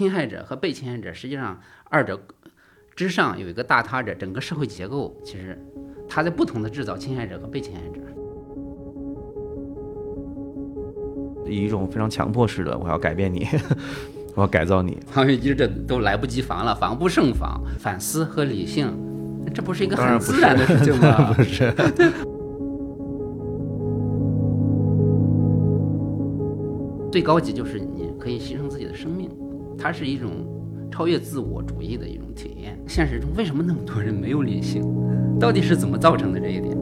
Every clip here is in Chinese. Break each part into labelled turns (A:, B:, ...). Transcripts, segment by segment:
A: 侵害者和被侵害者，实际上二者之上有一个大他者，整个社会结构其实它在不同的制造侵害者和被侵害者。
B: 以一种非常强迫式的，我要改变你， 我要改造你，
A: 防御机制都来不及防了，防不胜防。反思和理性，这不是一个
B: 当然
A: 很
B: 不是
A: 自然的事情吗？
B: 不是？
A: 最高级就是你可以牺牲自己的生命，它是一种超越自我主义的一种体验。现实中为什么那么多人没有理性？到底是怎么造成的这一点？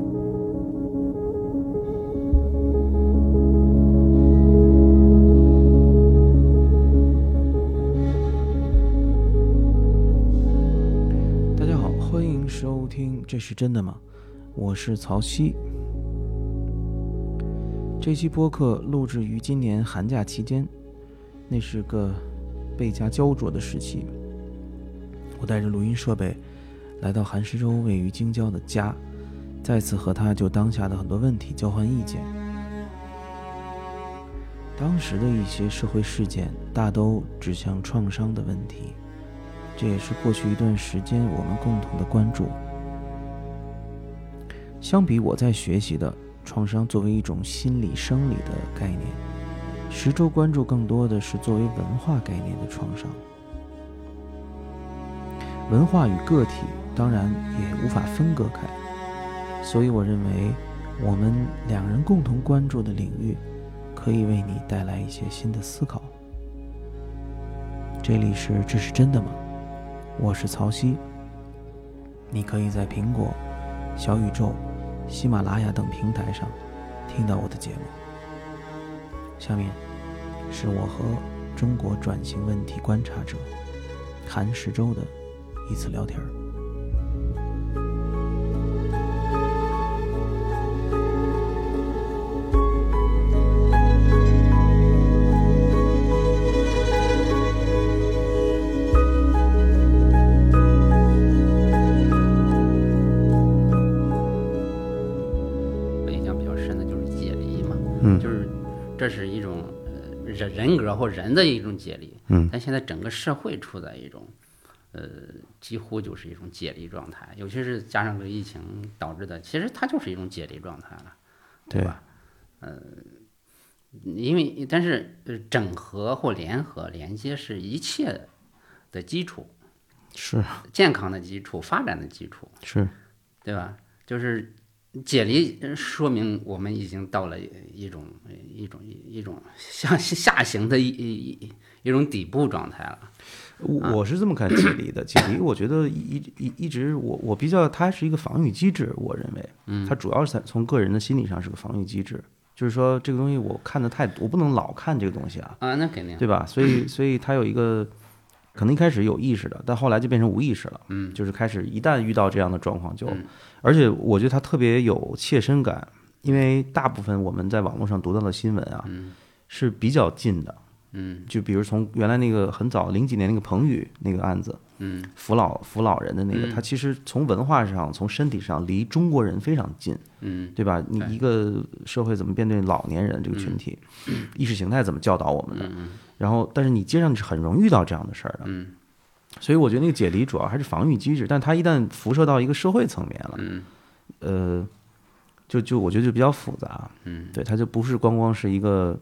B: 大家好，欢迎收听《这是真的吗》，我是曹曦。这期播客录制于今年寒假期间，那是个倍加焦灼的时期。我带着录音设备来到韩石洲位于京郊的家，再次和他就当下的很多问题交换意见。当时的一些社会事件大都指向创伤的问题。这也是过去一段时间我们共同的关注。相比我在学习的创伤作为一种心理生理的概念，十周关注更多的是作为文化概念的创伤。文化与个体当然也无法分割开，所以我认为我们两人共同关注的领域，可以为你带来一些新的思考。这里是《这是真的吗》，我是曹曦。你可以在苹果、小宇宙、喜马拉雅等平台上听到我的节目。下面是我和中国转型问题观察者韩石洲的一次聊天儿。
A: 我印象比较深的就是解离嘛，
B: 嗯
A: 就是这是一种呃人人格或人的一种解离，
B: 嗯
A: 但现在整个社会处在一种呃几乎就是一种解离状态，尤其是加上这个疫情导致的，其实它就是一种解离状态了，
B: 对
A: 吧？呃，因为但是呃整合或联合连接是一切的基础，
B: 是
A: 健康的基础，发展的基础。
B: 是，
A: 对吧？就是解离，呃说明我们已经到了一种呃一种一种向下行的一一一一种底部状态了。
B: 我我是这么看解离的。解离，我觉得一一一直我我比较，它是一个防御机制，我认为，嗯，它主要是在从个人的心理上是个防御机制，就是说这个东西我看的太多，我不能老看这个东西啊，
A: 啊，那肯定
B: 对吧？所 以所以它有一个。可能一开始有意识的，但后来就变成无意识了。嗯，就是开始一旦遇到这样的状况就，而且我觉得它特别有切身感，因为大部分我们在网络上读到的新闻啊，是比较近的。嗯，就比如从原来那个很早零几年那个彭宇那个案子，嗯，扶老扶老人的那个，他其实从文化上、从身体上离中国人非常近，嗯，对吧？你一个社会怎么面对老年人这个群体，意识形态怎么教导我们的？然后，但是你街上是很容易遇到这样的事儿的，嗯，所以我觉得那个解离主要还是防御机制，但它一旦辐射到一个社会层面了，嗯，呃，就就我觉得就比较复杂，嗯，对，它就不是光光是一个。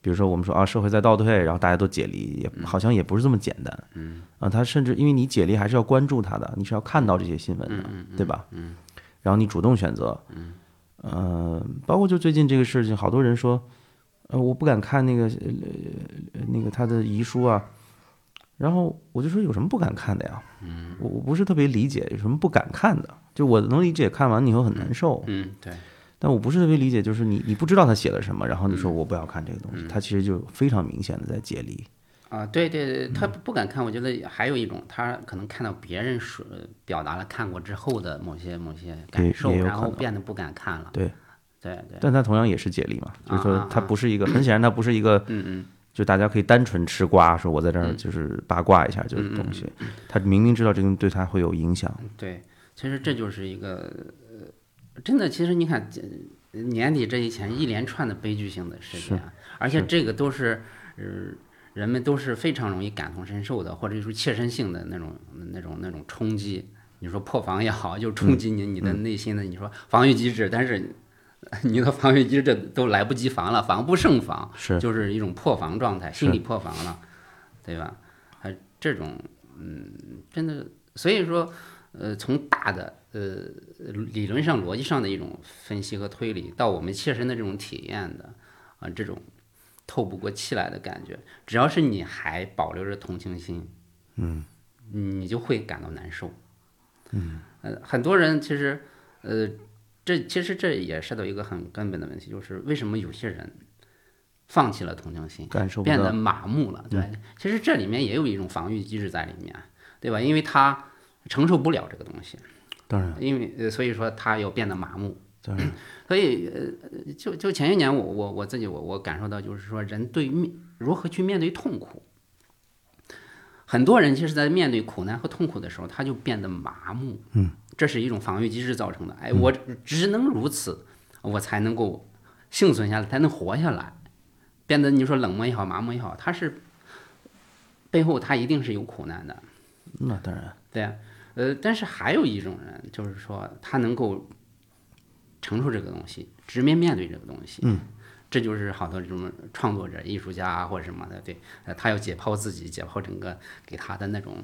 B: 比如说我们说啊，社会在倒退，然后大家都解离，也好像也不是这么简单。嗯，啊，他甚至因为你解离还是要关注他的，你是要看到这些新闻的，对吧？嗯，然后你主动选择，嗯，呃，包括就最近这个事情，好多人说，呃，我不敢看那个呃那个他的遗书啊，然后我就说有什么不敢看的呀？嗯，我我不是特别理解有什么不敢看的，就我能理解看完以后很难受，
A: 嗯，对，
B: 但我不是特别理解，就是你你不知道他写了什么，然后你说
A: 嗯
B: 我不要看这个东西，他其实就非常明显的在解离。
A: 啊，对对对，他不敢看，我觉得还有一种，他可能看到别人说表达了看过之后的某些某些
B: 也
A: 感受，
B: 也有
A: 然
B: 可
A: 后
B: 能
A: 变得不敢看了。
B: 对
A: 对对，
B: 但他同样也是解离嘛，就是说
A: 啊
B: 他
A: 啊
B: 不是一个，很显然他不是一个，
A: 嗯嗯，
B: 就大家可以单纯吃瓜，说我在这儿就是八卦一下
A: 嗯
B: 这个东西，他明明知道这个对他会有影响，
A: 对，其实这就是一个，呃，真的，其实你看，呃年底这以前一连串的悲剧性的事件啊，而且这个都是，呃，人们都是非常容易感同身受的，或者说切身性的那种、那种、那种冲击。你说破防也好，就冲击你你的内心的，你说防御机制，但是你的防御机制都来不及防了，防不胜防，
B: 是
A: 就是一种破防状态，
B: 是
A: 心理破防了，对吧？还这种，嗯，真的，所以说，呃，从大的呃理论上、逻辑上的一种分析和推理，到我们切身的这种体验的啊、这种透不过气来的感觉，只要是你还保留着同情心，嗯，你就会感到难受。嗯，呃，很多人其实，呃，这其实这也涉及到一个很根本的问题，就是为什么有些人放弃了同情心，
B: 感受不嗯
A: 变得
B: 到，
A: 麻木了。对，其实这里面也有一种防御机制在里面，对吧？因为他承受不了这个东西，
B: 当然
A: 因为呃所以说他要变得麻木。
B: 当然，
A: 所以呃，就就前些年我我我自己我我感受到就是说人对面如何去面对痛苦，很多人其实在面对苦难和痛苦的时候，他就变得麻木，嗯，这是一种防御机制造成的。哎，
B: 嗯
A: 我只能如此，我才能够幸存下来，才能活下来，变得你说冷漠也好，麻木也好，他是背后他一定是有苦难的，
B: 那当然，
A: 对呀、呃，但是还有一种人，就是说他能够承受这个东西，直面面对这个东西，嗯，这就是好多这种创作者、艺术家啊或者什么的，对，呃，他要解剖自己，解剖整个给他的那种，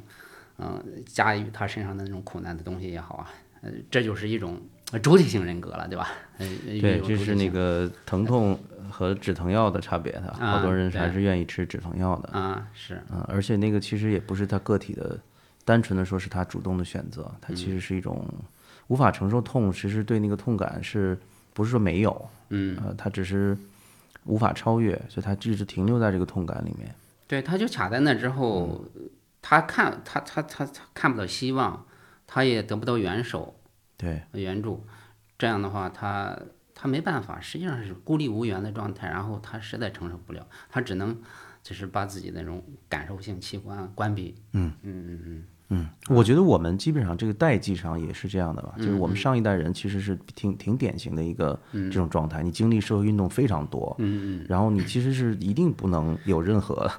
A: 嗯、加于他身上的那种苦难的东西也好啊，呃，这就是一种呃主体性人格了，对吧？呃，一
B: 对，
A: 种
B: 这
A: 主体
B: 是那
A: 性
B: 个疼痛和止疼药的差别的，
A: 啊
B: 好多人
A: 对
B: 还是愿意吃止疼药的，
A: 啊，是
B: 啊，而且那个其实也不是他个体的，单纯的说是他主动的选择，他其实是一种无法承受痛，其实对那个痛感是不是说没有，
A: 嗯，
B: 呃，他只是无法超越，所以他一直停留在这个痛感里面。
A: 对，他就卡在那之后，
B: 嗯
A: 他看他他他他看不到希望，他也得不到援手，
B: 对，
A: 援助，这样的话他他没办法，实际上是孤立无援的状态，然后他实在承受不了，他只能就是把自己那种感受性器官关闭。嗯嗯嗯
B: 嗯，我觉得我们基本上这个代际上也是这样的吧，就是我
A: 嗯
B: 们上一代人其实是挺挺典型的一个这种状态，你经历社会运动非常多，
A: 嗯嗯
B: 然后你其实是一定不能有任何，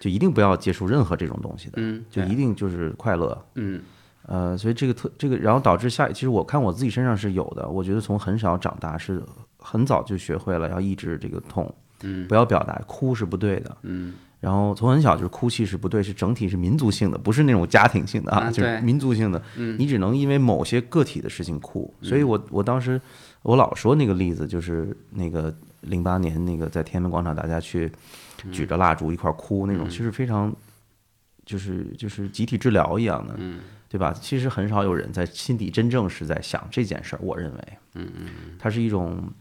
B: 就一定不要接触任何这种东西的，
A: 嗯，
B: 就
A: 对
B: 一定就是快乐，
A: 嗯
B: 呃，所以这个特这个，然后导致下，其实我看我自己身上是有的。我觉得从很小长大是很早就学会了要抑制这个痛，
A: 嗯
B: 不要表达，哭是不对的。
A: 嗯，
B: 然后从很小就是哭泣是不对，是整体是民族性的，不是那种家庭性的
A: 啊
B: 就
A: 对嗯
B: 是民族性的。你只能因为某些个体的事情哭。所以我我当时我老说那个例子，就是那个零八年那个在天安门广场大家去
A: 嗯
B: 举着蜡烛一块儿哭那种，其实非常就是就是集体治疗一样
A: 嗯
B: 的，对吧？其实很少有人在心底真正是在想这件事儿，我认为，嗯嗯，它是一种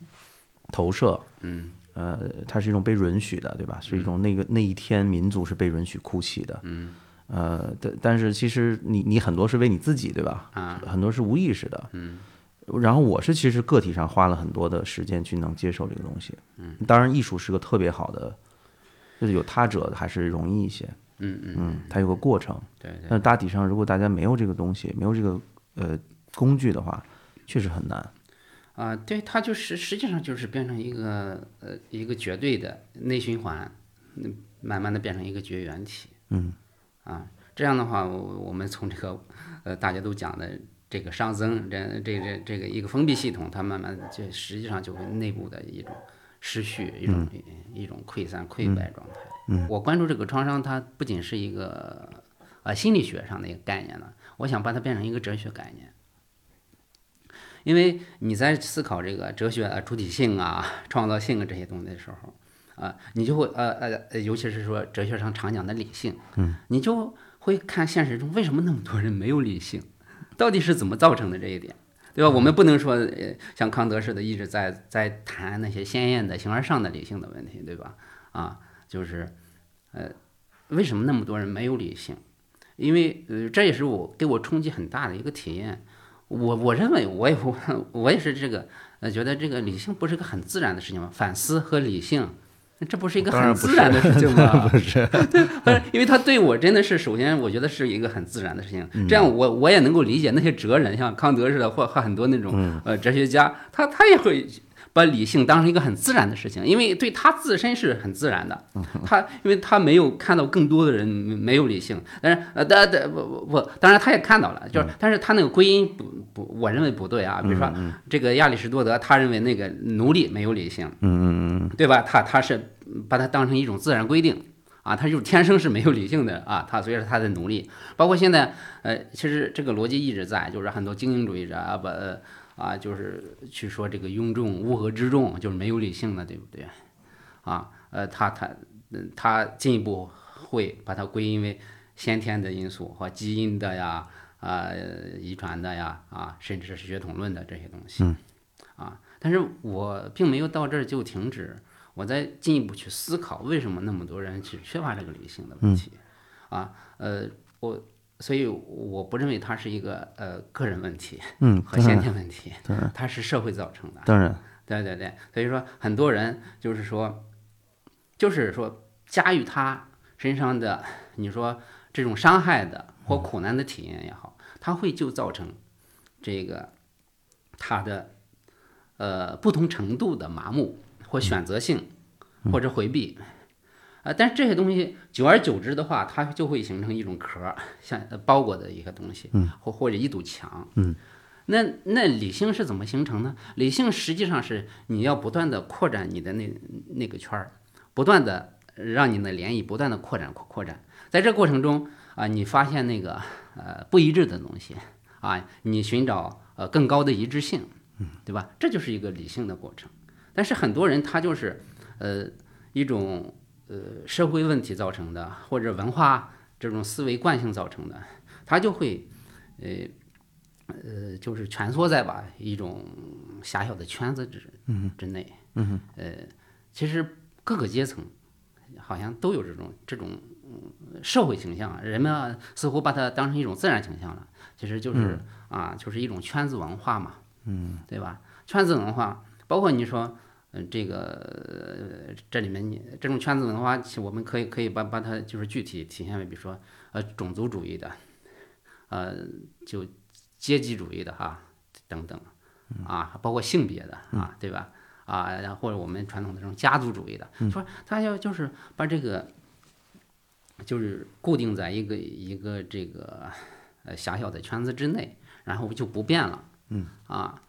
B: 投射，
A: 嗯，
B: 呃，它是一种被允许的，对吧？是一种那个那一天民族是被允许哭泣的，嗯，呃，但但是其实你你很多是为你自己，对吧？
A: 啊，
B: 很多是无意识的，嗯。然后我是其实个体上花了很多的时间去能接受这个东西，嗯，当然艺术是个特别好的，就是有他者还是容易一些，
A: 嗯嗯，
B: 嗯，它有个过程，
A: 对对，
B: 但大体上，如果大家没有这个东西，没有这个呃工具的话，确实很难。
A: 啊、对，它就是实际上就是变成一个呃一个绝对的内循环，嗯，慢慢的变成一个绝缘体。
B: 嗯，
A: 啊，这样的话，我我们从这个呃大家都讲的这个熵增这这这这个一个封闭系统，它慢慢地就实际上就会内部的一种失序，一种、一种溃散溃败状态。嗯，我关注这个创伤，它不仅是一个呃心理学上的一个概念呢，我想把它变成一个哲学概念。因为你在思考这个哲学啊、主体性啊、 创造性啊这些东西的时候，啊、你就会呃呃，呃尤其是说哲学上常讲的理性，嗯，你就会看现实中为什么那么多人没有理性，到底是怎么造成的这一点，对吧？我们不能说呃像康德似的一直在在谈那些鲜艳的形而上的理性的问题，对吧？啊，就是呃，为什么那么多人没有理性？因为呃，这也是我给我冲击很大的一个体验。我我认为我也我我也是这个呃，觉得这个理性不是个很自然的事情吗？反思和理性，这不是一个
B: 当然
A: 很
B: 不是
A: 自然的事情吗？
B: 不 是，
A: 不是，因为他对我真的是，首先我觉得是一个很自然的事情，
B: 嗯
A: 这样我我也
B: 嗯
A: 能够理解那些哲人，像康德似的，或或很多那种呃哲学家，他他也会把理性当成一个很自然的事情，因为对他自身是很自然的。他因为他没有看到更多的人没有理性，但是呃，但但不不不，当然他也看到了，
B: 嗯
A: 就是但是他那个归因不不，我认为不对啊。比如说
B: 嗯
A: 这个亚里士多德，他认为那个奴隶没有理性，
B: 嗯嗯嗯，
A: 对吧？他他是把它当成一种自然规定啊，他就是天生是没有理性的啊，他所以说他的奴隶。包括现在呃，其实这个逻辑一直在，就是很多精英主义者啊，把呃啊，就是去说这个庸众乌合之众就是没有理性的，对不对？啊，呃，他他嗯他进一步会把它归因为先天的因素和基因的呀。啊、遗传的呀，啊，甚至是血统论的这些东西，啊，但是我并没有到这儿就停止，我再进一步去思考，为什么那么多人是缺乏这个理性的问题，啊，呃，我所以我不认为它是一个呃个人问题
B: 嗯，
A: 和
B: 当
A: 先
B: 然
A: 天问题，
B: 当然
A: 它是社会造成的。
B: 当然，
A: 对对对，所以说很多人就是说，就是说驾驭他身上的你说这种伤害的或苦难的体验也好，他会就造成这个他的呃不同程度的麻木或选择性或者回避。啊、但是这些东西久而久之的话，它就会形成一种壳儿，像呃包裹的一个东西，或或者一堵墙。那那理性是怎么形成呢？理性实际上是你要不断的扩展你的那那个圈儿，不断的让你的涟漪不断的扩展扩扩展。在这过程中啊、你发现那个呃不一致的东西啊，你寻找呃更高的一致性，对吧？这就是一个理性的过程。但是很多人他就是呃一种呃社会问题造成的，或者文化这种思维惯性造成的，他就会呃。呃，就是蜷缩在吧一种狭小的圈子之之内。嗯呃，其实各个阶层好像都有这种这种嗯社会倾向，人们啊似乎把它当成一种自然倾向了。其实就是、啊，就是一种圈子文化嘛。嗯，对吧？圈子文化，包括你说。嗯，这个、呃这里面你这种圈子文化，其实我们可以可以把把它就是具体体现为，比如说呃种族主义的，呃就阶级主义的哈、等等啊，包括性别的啊，对吧？啊，然后或者我们传统的这种家族主义的，说他要就是把这个就是固定在一个一个这个呃狭小的圈子之内，然后就不变了。嗯啊，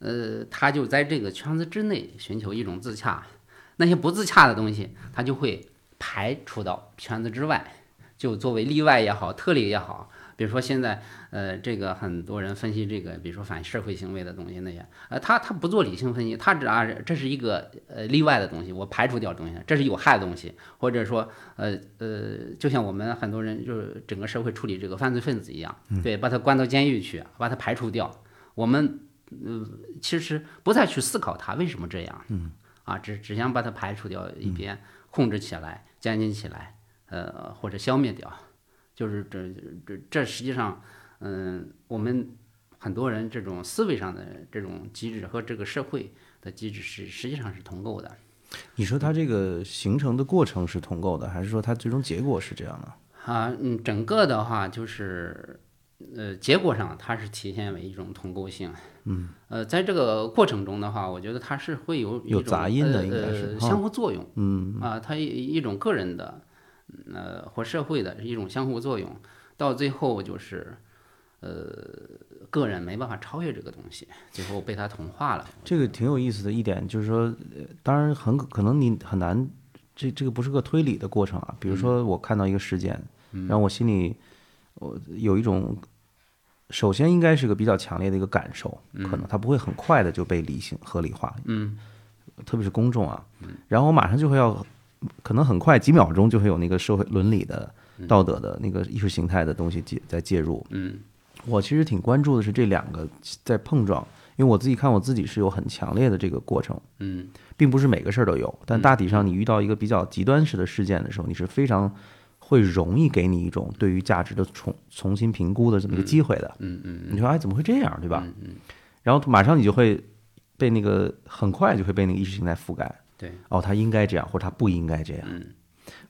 A: 呃，他就在这个圈子之内寻求一种自洽，那些不自洽的东西，他就会排除到圈子之外，就作为例外也好，特例也好。比如说现在，呃，这个很多人分析这个，比如说反社会行为的东西那些，呃，他他不做理性分析，他只啊这是一个呃例外的东西，我排除掉的东西，这是有害的东西，或者说呃呃，就像我们很多人就是整个社会处理这个犯罪分子一样，对，把他关到监狱去，把他排除掉，我们呃其实不再去思考他为什么这样，嗯，啊，只只想把他排除掉一边，控制起来，监禁起来，呃，或者消灭掉。就是这这这实际上，嗯，我们很多人这种思维上的这种机制和这个社会的机制是实际上是同构的。
B: 你说它这个形成的过程是同构的，还是说它最终结果是这样的？
A: 啊，嗯，整个的话就是，呃，结果上它是体现为一种同构性，嗯，呃，在这个过程中的话，我觉得它是会有一
B: 有
A: 种
B: 杂音的
A: 呃
B: 应该是
A: 呃
B: 哈
A: 相互作用，嗯啊，它一一种个人的，嗯呃，或社会的一种相互作用，到最后就是，呃，个人没办法超越这个东西，最后被它同化了，
B: 这个挺有意思的一点就是说，呃当然很可可能你很难，这这个不是个推理的过程啊。比
A: 嗯
B: 如说我看到一个事件，让我心里我有一种，首先应该是个比较强烈的一个感受，可能它不会很快的就被理性合理化，
A: 嗯，
B: 特别是公众啊。然后我马上就会要，可能很快几秒钟就会有那个社会伦理的、道德的那个意识形态的东西介在介入，
A: 嗯
B: 我其实挺关注的是这两个在碰撞，因为我自己看我自己是有很强烈的这个过程，
A: 嗯
B: 并不是每个事儿都有，但大体上你遇到一个比较极端式的事件的时候，你是非常会容易给你一种对于价值的重重新评估的这么一个机会的。
A: 嗯嗯
B: 你说哎，怎么会这样，对吧？然后马上你就会被那个很快就会被那个意识形态覆盖。
A: 对，
B: 哦，他应该这样，或者他不应该这样。
A: 嗯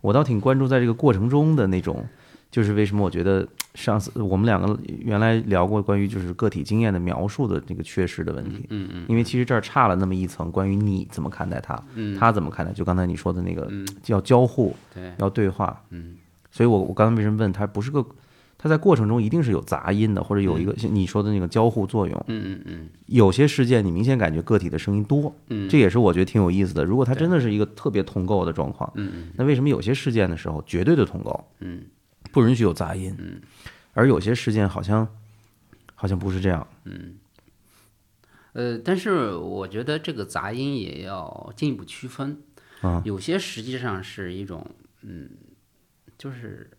B: 我倒挺关注在这个过程中的那种，就是为什么我觉得上次我们两个原来聊过关于就是个体经验的描述的那个缺失的问题，
A: 嗯嗯，
B: 因为其实这儿差了那么一层关于你怎么看待他，他怎么看待，就刚才你说的那个要交互，
A: 嗯对，
B: 要对话，
A: 嗯
B: 所以我我刚才为什么问他不是个，他在过程中一定是有杂音的，或者有一个
A: 嗯
B: 像你说的那个交互作用，
A: 嗯嗯嗯
B: 有些事件你明显感觉个体的声音多，
A: 嗯
B: 这也是我觉得挺有意思的。如果它真的是一个特别同构的状况，
A: 嗯
B: 那为什么有些事件的时候绝对的同构，
A: 嗯
B: 不允许有杂音，而有些事件好像好像不是这样，
A: 嗯，呃，但是我觉得这个杂音也要进一步区分，
B: 啊
A: 有些实际上是一种，嗯，就是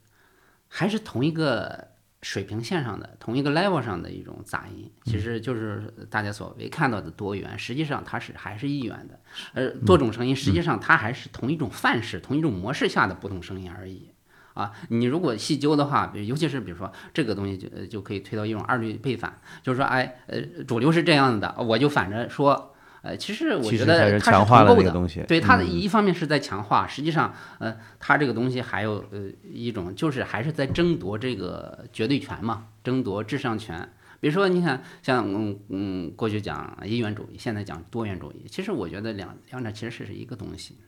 A: 还是同一个水平线上的、同一个 level 上的一种杂音，其实就是大家所谓看到的多元，实际上它是还是一元的，而多种声音实际上它还是同一种范式、同一种模式下的不同声音而已。啊，你如果细究的话，比如尤其是比如说这个东西就呃就可以推到一种二律背反，就是说，哎，呃，主流是这样的，我就反着说，呃，其实我
B: 其
A: 觉
B: 实还
A: 得
B: 是
A: 它
B: 强
A: 同
B: 化了
A: 构
B: 那个
A: 的，
B: 东西。
A: 对它的
B: 嗯
A: 一方面是在强化，实际上，呃，它这个东西还有呃一种就是还是在争夺这个绝对权嘛，争夺至上权。比如说，你看像嗯嗯过去讲一元主义，现在讲多元主义，其实我觉得两两者其实是一个东西。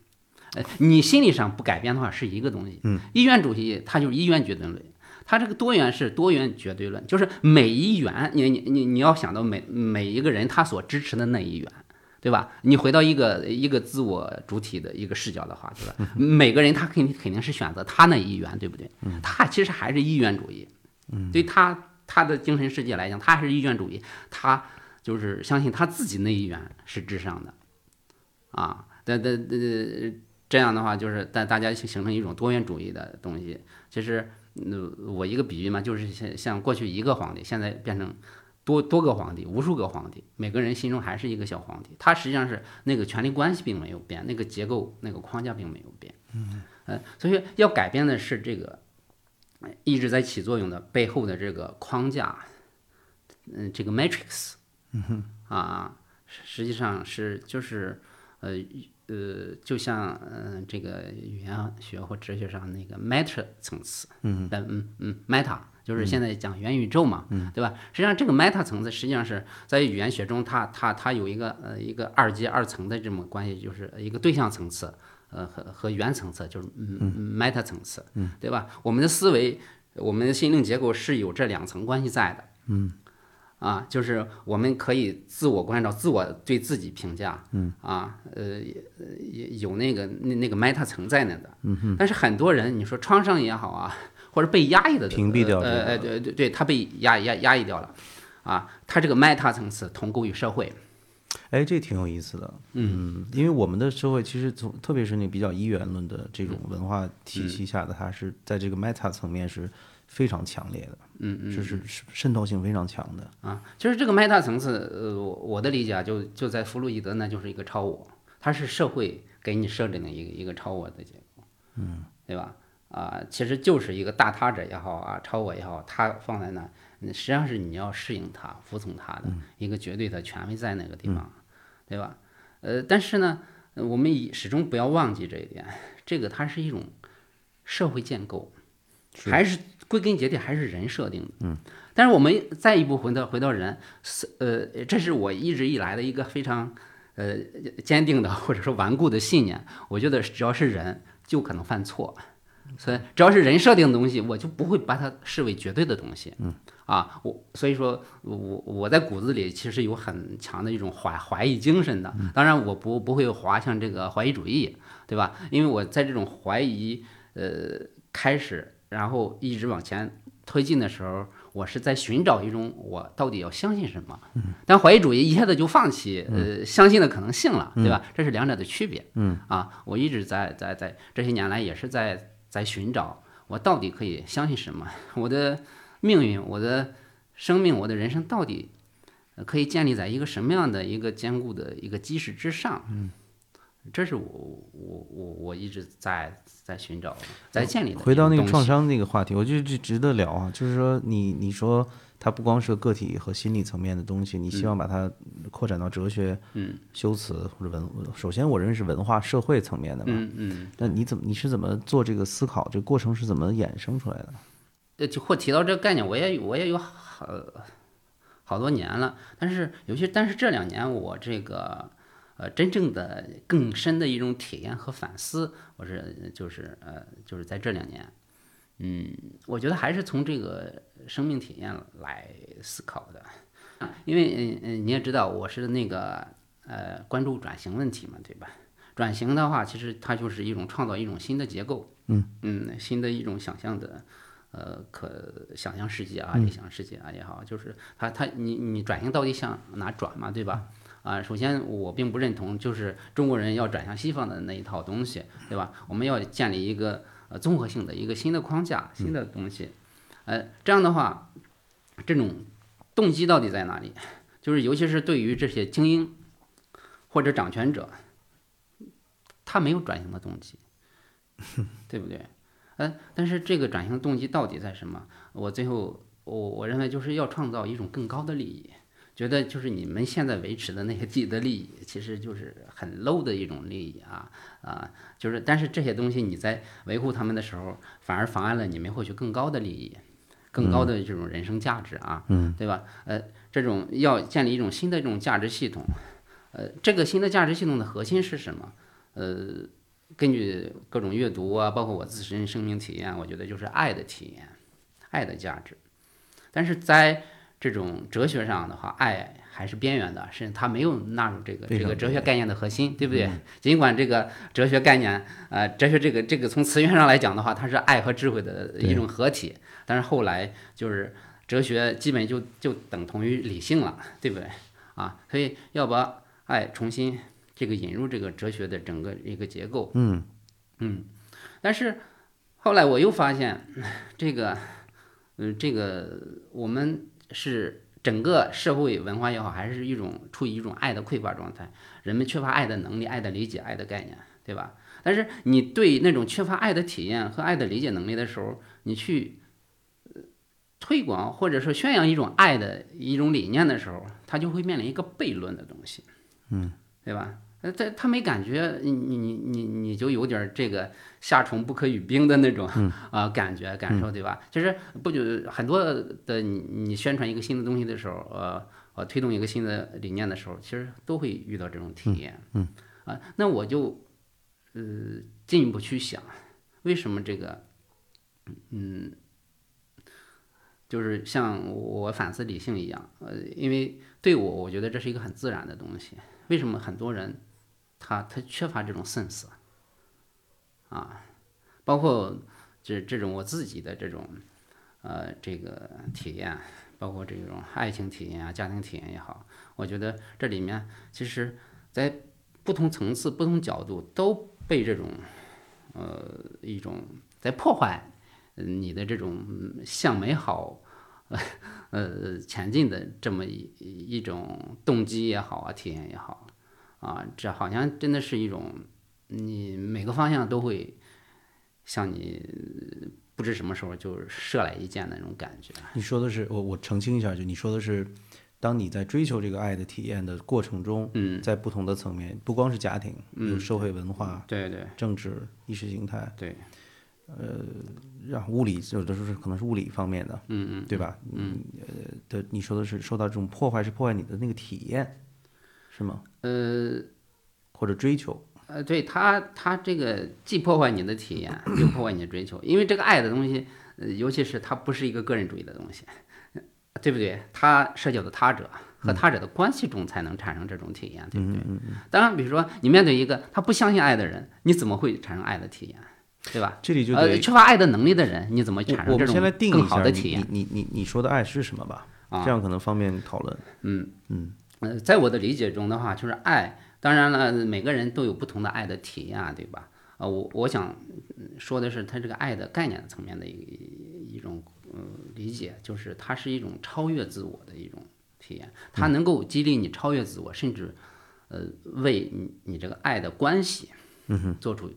A: 呃，你心理上不改变的话是一个东西，嗯，一元主义它就是一元绝对论。它这个多元是多元绝对论，就是每一元，你你你你要想到每每一个人他所支持的那一元，对吧？你回到一个一个自我主体的一个视角的话，对吧？每个人他肯定肯定是选择他那一元，对不对？他其实还是一元主义，对他他的精神世界来讲，他还是一元主义，他就是相信他自己那一元是至上的，啊，但但呃这样的话，就是但大家形形成一种多元主义的东西。其实，嗯我一个比喻嘛，就是像像过去一个皇帝，现在变成多多个皇帝，无数个皇帝，每个人心中还是一个小皇帝。他实际上是那个权力关系并没有变，那个结构、那个框架并没有变。嗯，呃，所以要改变的是这个呃一直在起作用的背后的这个框架，嗯、这个 matrix，啊，实实际上是就是呃呃，就像嗯、呃、这个语言学或哲学上那个 matter 层次，嗯嗯嗯 meta。就是现在讲元宇宙嘛，对吧？实际上这个 meta 层次实际上是在语言学中它，它它有一个呃一个二阶二层的这么关系，就是一个对象层次，呃和和原层次，就是嗯嗯 meta 层次，对吧？我们的思维，我们的心灵结构是有这两层关系在的，嗯，啊，就是我们可以自我关照，自我对自己评价，嗯啊，呃也也有那个那那个 meta 层在那的，嗯但是很多人你说创伤也好啊，或者被压抑的
B: 屏蔽掉
A: 呃
B: 这个
A: 呃对对对，他被压压压抑掉了，啊，他这个 meta 层次同构于社会，
B: 哎，这挺有意思的，嗯，因为我们的社会其实从特别是那比较一元论的这种
A: 嗯
B: 文化体系下的，它是在这个 meta 层面是非常强烈的，
A: 嗯嗯，
B: 就是是渗透性非常强的。
A: 啊，就是这个 meta 层次，呃，我我的理解啊，就就在弗洛伊德那就是一个超我，它是社会给你设定的一个一个超我的结构，嗯，对吧？啊、其实就是一个大他者也好啊，超我也好，他放在那，嗯实际上是你要适应他、服从他的、一个绝对的权威在那个地方，对吧？呃，但是呢，呃我们以始终不要忘记这一点，这个它是一种社会建构，还是归根结底还是人设定的。嗯，但是我们再一步回到回到人，是呃，这是我一直以来的一个非常呃坚定的 或者说顽固的信念。我觉得只要是人，就可能犯错。所以，只要是人设定的东西，我就不会把它视为绝对的东西。嗯，啊，我所以说我我在骨子里其实有很强的一种怀怀疑精神的。当然，我不不会滑向这个怀疑主义，对吧？因为我在这种怀疑呃开始，然后一直往前推进的时候，我是在寻找一种我到底要相信什么。
B: 嗯
A: 但怀疑主义一下子就放弃呃相信的可能性
B: 嗯
A: 了，对吧？这是两者的区别。嗯啊，我一直在在在这些年来也是在在寻找我到底可以相信什么， 我的命运、我的生命、我的人生到底呃可以建立在一个什么样的一个坚固的一个基石之上。嗯。这是我我我我一直在在寻找，在建立的
B: 回到那
A: 一
B: 个
A: 东西
B: 创伤那个话题，我觉得这值得聊啊。就是说你，你说它不光是个体和心理层面的东西，你希
A: 嗯
B: 望把它扩展到哲学、嗯、修辞或者文。首先，我认为是文化社会层面的嘛。
A: 嗯嗯，
B: 那你怎么你是怎么做这个思考？这个过程是怎么衍生出来的？
A: 呃，就或提到这个概念，我也我也有好好多年了，但是有些，但是这两年我这个呃，真正的更深的一种体验和反思，我是就是呃，就是在这两年，嗯，我觉得还是从这个生命体验来思考的，啊因为嗯嗯，你也知道我是那个呃关注转型问题嘛，对吧？转型的话，其实它就是一种创造一种新的结构，嗯嗯，新的一种想象的，呃，可想象世界啊，理想世界啊也好，就是它它你你转型到底向哪转嘛，对吧？啊，首先我并不认同，就是中国人要转向西方的那一套东西，对吧？我们要建立一个呃综合性的一个新的框架、新的东西，呃，这样的话，这种动机到底在哪里？就是尤其是对于这些精英或者掌权者，他没有转型的动机，对不对？呃，但是这个转型的动机到底在什么？我最后我我认为就是要创造一种更高的利益，觉得就是你们现在维持的那些自己的利益，其实就是很 low 的一种利益啊啊，就是但是这些东西你在维护他们的时候，反而妨碍了你们获取更高的利益，更高的这种人生价值啊，嗯，对吧？呃，这种要建立一种新的这种价值系统，呃，这个新的价值系统的核心是什么？呃，根据各种阅读啊，包括我自身生命体验，我觉得就是爱的体验，爱的价值。但是在这种哲学上的话，爱还是边缘的，甚至它没有纳入这个
B: 非
A: 这
B: 常嗯
A: 个哲学概念的核心，对不对？尽管这个哲学概念，呃，哲学这个这个从词源上来讲的话，它是爱和智慧的一种合体，但是后来就是哲学基本就就等同于理性了，对不对？啊，所以要把爱重新这个引入这个哲学的整个一个结构。嗯嗯，但是后来我又发现， 这个，嗯，这个我们是整个社会文化也好，还是一种处于一种爱的匮乏状态，人们缺乏爱的能力、爱的理解、爱的概念，对吧？但是你对那种缺乏爱的体验和爱的理解能力的时候，你去。呃推广或者说宣扬一种爱的一种理念的时候，它就会面临一个悖论的东西。对吧？呃，他他没感觉，你你你你你就有点儿这个夏虫不可语冰的那种啊、感觉感受，对吧？就是不就很多的你你宣传一个新的东西的时候，呃呃，推动一个新的理念的时候，其实都会遇到这种体验。嗯啊、那我就呃进一步去想，为什么这个嗯。就是像我反思理性一样，呃，因为对我，我觉得这是一个很自然的东西。为什么很多人他他缺乏这种 sense 啊啊？包括这这种我自己的这种呃这个体验，包括这种爱情体验啊、家庭体验也好，我觉得这里面其实在不同层次、不同角度都被这种呃一种在破坏呃你的这种嗯向美好。呃前进的这么一一种动机也好啊，体验也好啊，这好像真的是一种你每个方向都会向你呃不知什么时候就射来一箭的那种感觉。
B: 你说的是我我澄清一下，就你说的是，当你在追求这个爱的体验的过程中，
A: 嗯，
B: 在不同的层面，不光是家庭，有社会文化、
A: 对嗯对
B: 政治、意识形态，
A: 对，
B: 让物理有的时候是可能是物理方面的，嗯嗯，对吧？嗯，呃的，你说的是受到这种破坏是破坏你的那个体验，是吗？
A: 呃
B: 或者追求，
A: 呃，对他他这个既破坏你的体验，又破坏你的追求，因为这个爱的东西，呃尤其是它不是一个个人主义的东西，呃对不对？它涉及到他者
B: 嗯
A: 和他者的关系中才能产生这种体验，对不对？当然，比如说你面对一个他不相信爱的人，你怎么会产生爱的体验，对吧？
B: 这里就
A: 呃，
B: 得
A: 缺乏爱的能力的人，你怎么产
B: 我
A: 生
B: 我
A: 这
B: 们先来
A: 种
B: 定
A: 更
B: 一
A: 好
B: 下
A: 的
B: 你
A: 体验？
B: 你你你你说的爱是什么吧，
A: 啊
B: 这样可能方便讨论。
A: 呃，在我的理解中的话，就是爱，当然了，每个人都有不同的爱的体验啊，对吧？啊、我我想嗯说的是，它这个爱的概念层面的一一种呃理解，就是它是一种超越自我的一种体验，它能够激励你超越自我，甚至呃为你你这个爱的关系，做出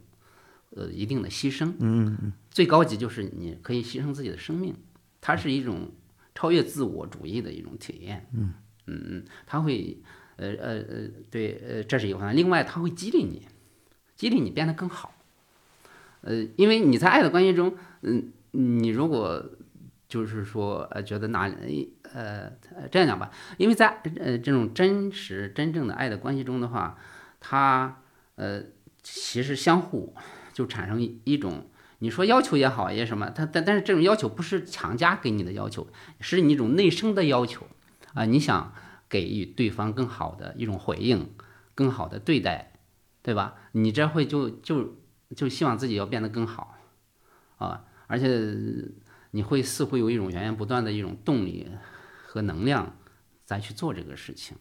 A: 呃一定的牺牲，嗯最高级就是你可以牺牲自己的生命，它是一种超越自我主义的一种体验，嗯嗯嗯，它会呃呃呃对呃这是一个方面，另外它会激励你，激励你变得更好，呃，因为你在爱的关系中，嗯，你如果就是说，呃，觉得哪里，呃，这样讲吧，因为在呃这种真实真正的爱的关系中的话，它呃其实相互就产生一一种，你说要求也好也什么，它但但是这种要求不是强加给你的要求，是你一种内生的要求啊、你想给予对方更好的一种回应，更好的对待，对吧？你这会就就就希望自己要变得更好啊，而且你会似乎有一种源源不断的一种动力和能量再去做这个事情。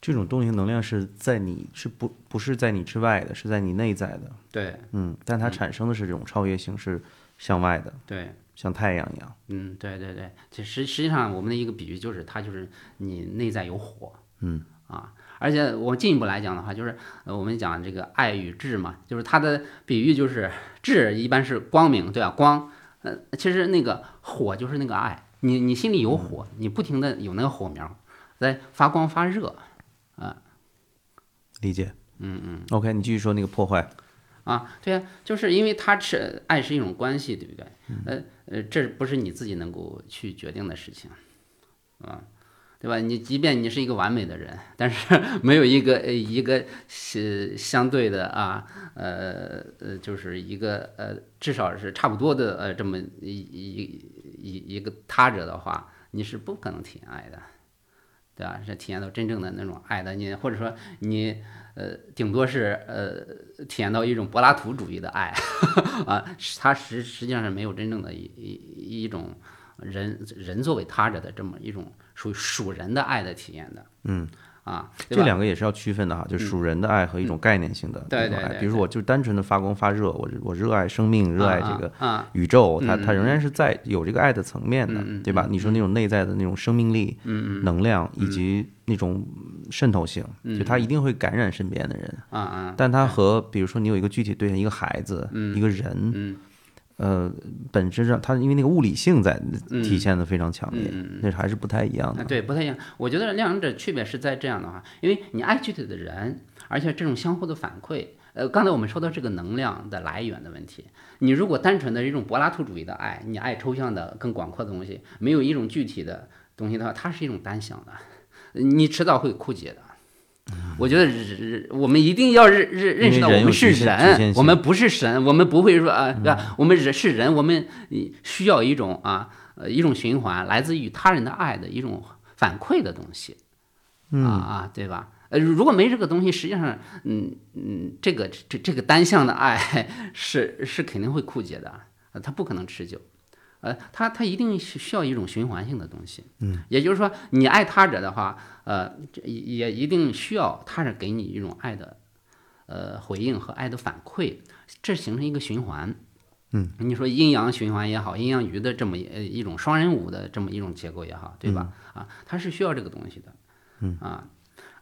B: 这种动力和能量是在你是不不是在你之外的，是在你内在的，
A: 对
B: 嗯，但它产生的是这种超越性，是向外的，
A: 对，
B: 像太阳一样，
A: 嗯，对对对，其实实际上我们的一个比喻就是，它就是你内在有火，嗯啊，而且我进一步来讲的话，就是呃我们讲这个爱与智嘛，就是它的比喻就是智一般是光明，对吧、光，呃，其实那个火就是那个爱，你你心里有火，你不停的有那个火苗在发光发热，
B: 理解？嗯嗯。OK，你继续说那个破坏，
A: 啊，对呀、就是因为它是爱是一种关系，对不对？呃呃，这不是你自己能够去决定的事情，啊，对吧？你即便你是一个完美的人，但是没有一个呃一个是相对的啊，呃呃，就是一个呃至少是差不多的呃这么一一一一个他者的话，你是不可能体验爱的。对吧？是体验到真正的那种爱的，你或者说你呃，顶多是呃，体验到一种柏拉图主义的爱 啊，是它实实际上是没有真正的一一一种人人作为他者的这么一种属于属人的爱的体验的，嗯啊，对
B: 这
A: 吧？嗯
B: 两个也是要区分的哈，就是属人的爱和一种概念性的
A: 对
B: 那种
A: 对
B: 爱
A: 对
B: 比如说我就单纯的发光发热，我我热爱生命，热爱这个
A: 啊啊
B: 宇宙，它它仍
A: 嗯
B: 然是在有这个爱的层面的，对吧？你说那种内在的那种生命力、
A: 嗯
B: 能量以及那种渗透性，就它一定会感染身边的人。
A: 嗯啊啊嗯
B: 但它和比如说你有一个具体对象，一个孩子，一个人，呃，本质上它因为那个物理性在
A: 嗯
B: 体现的非常强烈，那还是不太一样
A: 啊
B: 的。
A: 对，不太一样。我觉得两者区别是在这样的话，因为你爱具体的人，而且这种相互的反馈。呃，刚才我们说到这个能量的来源的问题，你如果单纯的一种柏拉图主义的爱，你爱抽象的更广阔的东西，没有一种具体的东西的话，它是一种单向的，你迟早会枯竭的。我觉得人人我们一定要认认认识到
B: 因为
A: 我
B: 人
A: 们是
B: 有局限局限
A: 人，
B: 性嗯
A: 我们不是神，我们不会说啊，对吧？我们人是人，我们需要一种啊，呃，一种循环，来自于他人的爱的一种反馈的东西，
B: 嗯
A: 啊啊，对吧？呃，如果没这个东西，实际上，嗯嗯，这个这这个单向的爱 是是肯定会枯竭的，呃，它不可能持久，呃，它它一定是需要一种循环性的东西，嗯，也就是说，你爱他者的话，呃，这也一定需要他人给你一种爱的，呃，回应和爱的反馈，这形成一个循环，嗯，你说阴阳循环也好，阴阳鱼的这么一呃一种双人舞的这么一种结构也好，对吧？啊，它是需要这个东西的，嗯啊，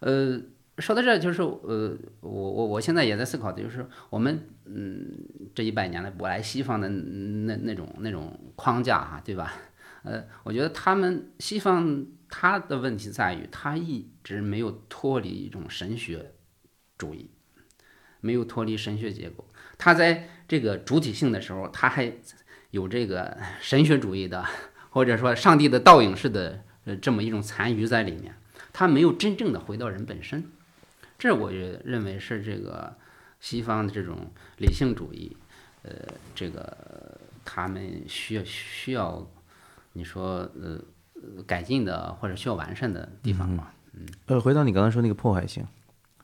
A: 呃，说到这儿就是呃，我我我现在也在思考的就是我们嗯这一百年来舶来西方的那那种那种框架哈、对吧？呃，我觉得他们西方他的问题在于他一直没有脱离一种神学主义，没有脱离神学结构。他在这个主体性的时候，他还有这个神学主义的，或者说上帝的倒影式的呃这么一种残余在里面，他没有真正的回到人本身。这我也认为是这个西方的这种理性主义，呃，这个他们需要需要你说呃呃改进的或者需要完善的地方嘛。
B: 呃，回到你刚才说那个破坏性，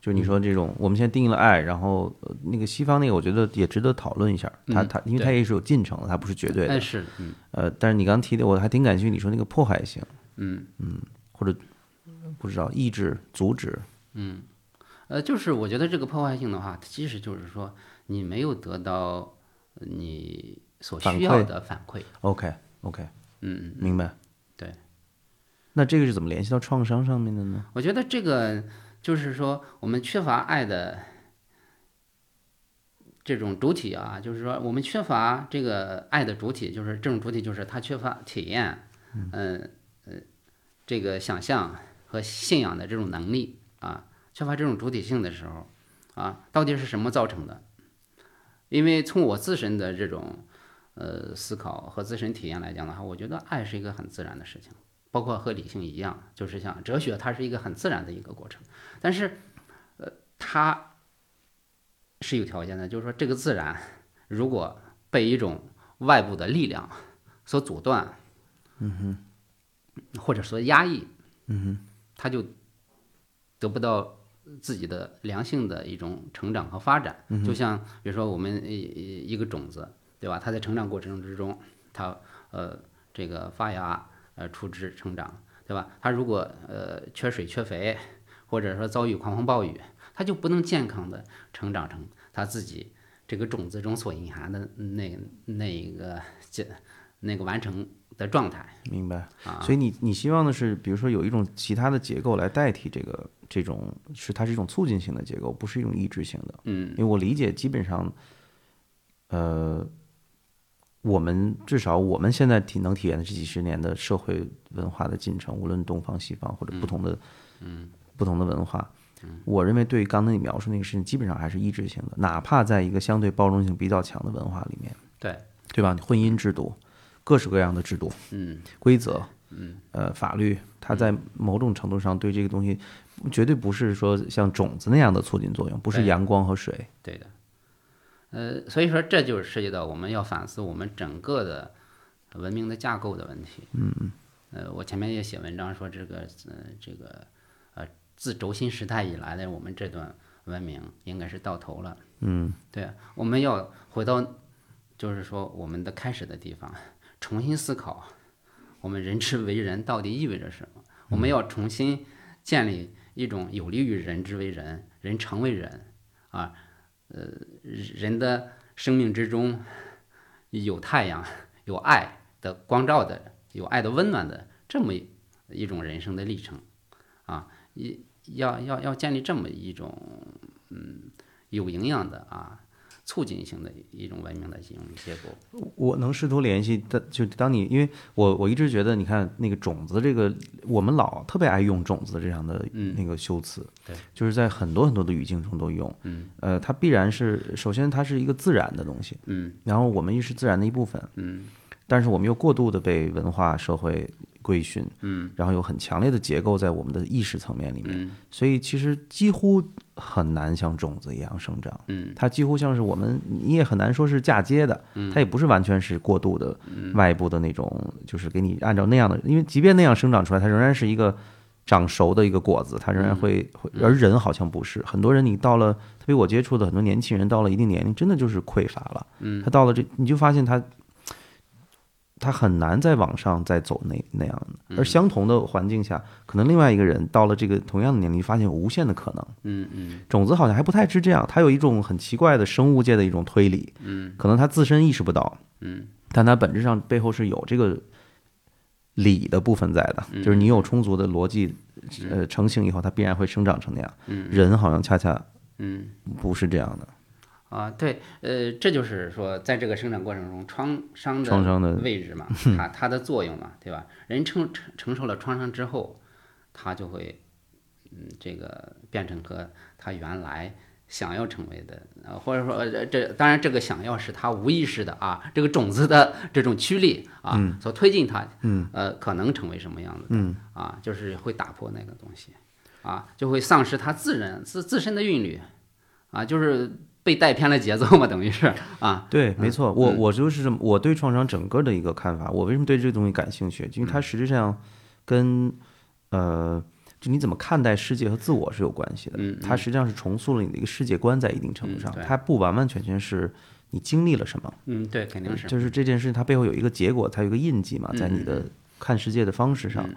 B: 就是你说这种，我们现在定义了爱，然后、呃那个西方那个，我觉得也值得讨论一下。它
A: 嗯
B: 它，因为它也是有进程的，它不是绝对
A: 哎，
B: 的。
A: 是，嗯
B: 呃，但是你刚提的，我还挺感兴趣，你说那个破坏性，
A: 嗯。
B: 或者不知道抑制、阻止，
A: 呃，就是我觉得这个破坏性的话，其实就是说你没有得到你所
B: 反
A: 需要
B: 馈
A: 的反馈。
B: OK OK，
A: 嗯，
B: 明白。
A: 对。
B: 那这个是怎么联系到创伤上面的呢？
A: 我觉得这个就是说我们缺乏爱的这种主体啊，就是说我们缺乏这个爱的主体，就是这种主体就是它缺乏体验，嗯呃，这个想象和信仰的这种能力啊，缺乏这种主体性的时候啊，到底是什么造成的？因为从我自身的这种呃思考和自身体验来讲的话，我觉得爱是一个很自然的事情，包括和理性一样，就是像哲学，它是一个很自然的一个过程。但是，呃，它是有条件的，就是说这个自然如果被一种外部的力量所阻断，嗯哼，或者说压抑，
B: 嗯
A: 他就得不到自己的良性的一种成长和发展。就像比如说我们一一个种子，对吧？它在成长过程之中，它呃这个发芽、呃出枝、成长，对吧？它如果呃缺水、缺肥，或者说遭遇狂风暴雨，它就不能健康的成长成它自己这个种子中所隐含的那那一个这那个完成的状态。
B: 哼，明白。
A: 啊
B: 所以你你希望的是，比如说有一种其他的结构来代替这个这种，是它是一种促进性的结构，不是一种抑制性的。
A: 嗯，
B: 因为我理解，基本上，呃，我们至少我们现在体能体验的这几十年的社会文化的进程，无论东方西方或者不同的，嗯，不同的文化，
A: 嗯
B: 我认为对刚才你描述那个事情，基本上还是抑制性的，哪怕在一个相对包容性比较强的文化里面，
A: 对，
B: 对吧？婚姻制度，各式各样的制度，
A: 嗯，
B: 规则，嗯，呃，法律，它在某种程度上对这个东西，绝对不是说像种子那样的促进作用，不是
A: 对
B: 阳光和水。
A: 对的，呃，所以说这就是涉及到我们要反思我们整个的文明的架构的问题。嗯，呃，我前面也写文章说这个，呃，这个，呃，自轴心时代以来的我们这段文明应该是到头了。嗯，对，我们要回到，就是说我们的开始的地方，重新思考我们人之为人到底意味着什么。我们要重新建立一种有利于人之为人，人成为人。人的生命之中有太阳、有爱的光照的、有爱的温暖的这么一种人生的历程啊，一要要要建立这么一种嗯有营养的啊促进性的一种文明的一种结构。
B: 我能试图联系的，就当你因为我我一直觉得，你看那个种子这个，我们老特别爱用种子这样的那个修辞，
A: 对，
B: 就是在很多很多的语境中都用，嗯，呃，它必然是首先它是一个自然的东西，
A: 嗯
B: 然后我们又是自然的一部分，
A: 嗯
B: 但是我们又过度的被文化社会规训，嗯，然后有很强烈的结构在我们的意识层面里面，所以其实几乎很难像种子一样生长，
A: 嗯，
B: 它几乎像是我们，你也很难说是嫁接的，它也不是完全是过度的外部的那种，就是给你按照那样的，因为即便那样生长出来，它仍然是一个长熟的一个果子，它仍然会会，而人好像不是，很多人你到了，特别我接触的很多年轻人到了一定年龄，真的就是匮乏了，他到了这，你就发现他。他很难再往上再走那那样的，而相同的环境下，可能另外一个人到了这个同样的年龄，发现有无限的可能。
A: 嗯嗯
B: 种子好像还不太是这样，它有一种很奇怪的生物界的一种推理，嗯，可能它自身意识不到，
A: 嗯，
B: 但它本质上背后是有这个理的部分在的，就是你有充足的逻辑，呃，成型以后，它必然会生长成那样。嗯，人好像恰恰
A: 嗯。
B: 不是这样的，
A: 啊，对，呃，这就是说，在这个生长过程中，创伤
B: 创伤的
A: 位 置嘛，它它的作用嘛，对吧？人承承承受了创伤之后，他就会，嗯，这个变成和他原来想要成为的，呃，或者说，呃，这当然这个想要是他无意识的啊，这个种子的这种驱力啊，所推进他，嗯，呃，可能成为什么样子的，嗯，啊，就是会打破那个东西，啊，就会丧失他自然自自身的韵律。啊，就是被带偏了节奏嘛，等于是啊，
B: 对，没错，我我就是这么，我对创伤整个的一个看法。我为什么对这个东西感兴趣？因为
A: 嗯
B: 它实际上跟呃，就你怎么看待世界和自我是有关系的。
A: 嗯
B: 它实际上是重塑了你的一个世界观，在一定程度上
A: 嗯，对
B: 它不完完全全是你经历了什么，
A: 嗯，对，肯定是，
B: 就是这件事情它背后有一个结果，它有一个印记嘛，
A: 嗯
B: 在你的看世界的方式上，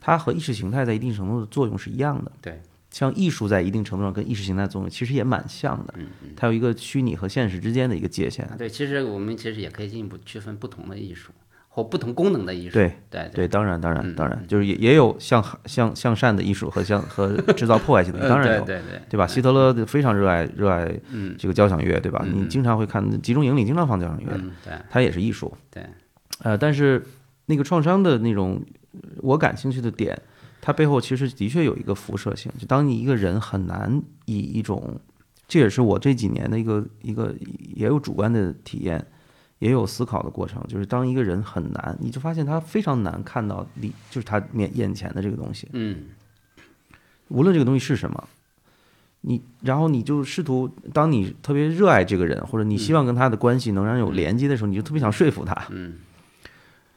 B: 它和意识形态在一定程度的作用是一样的。
A: 对，
B: 像艺术在一定程度上跟意识形态作用其实也蛮像的，
A: 嗯
B: 它有一个虚拟和现实之间的一个界限。
A: 啊对，其实我们其实也可以进一步区分不同的艺术或不同功能的艺术，
B: 对，
A: 对嗯对
B: 对，当然，当然，当然，就是也也有向向向善的艺术和向和制造破坏性的，
A: 嗯
B: 当然有，
A: 对对对，
B: 对吧？希特勒非常热爱热爱这个交响乐，对吧？你经常会看集中营里经常放交响乐，
A: 嗯对
B: 它也是艺术。
A: 对，
B: 呃，但是那个创伤的那种，呃我感兴趣的点，它背后其实的确有一个辐射性。就当你一个人很难以一种，这也是我这几年的一个一个也有主观的体验，也有思考的过程。就是当一个人很难，你就发现他非常难看到你，就是他面眼前的这个东西，
A: 嗯
B: 无论这个东西是什么。你，然后你就试图，当你特别热爱这个人，或者你希望跟他的关系能让人有连接的时候，你就特别想说服他。
A: 嗯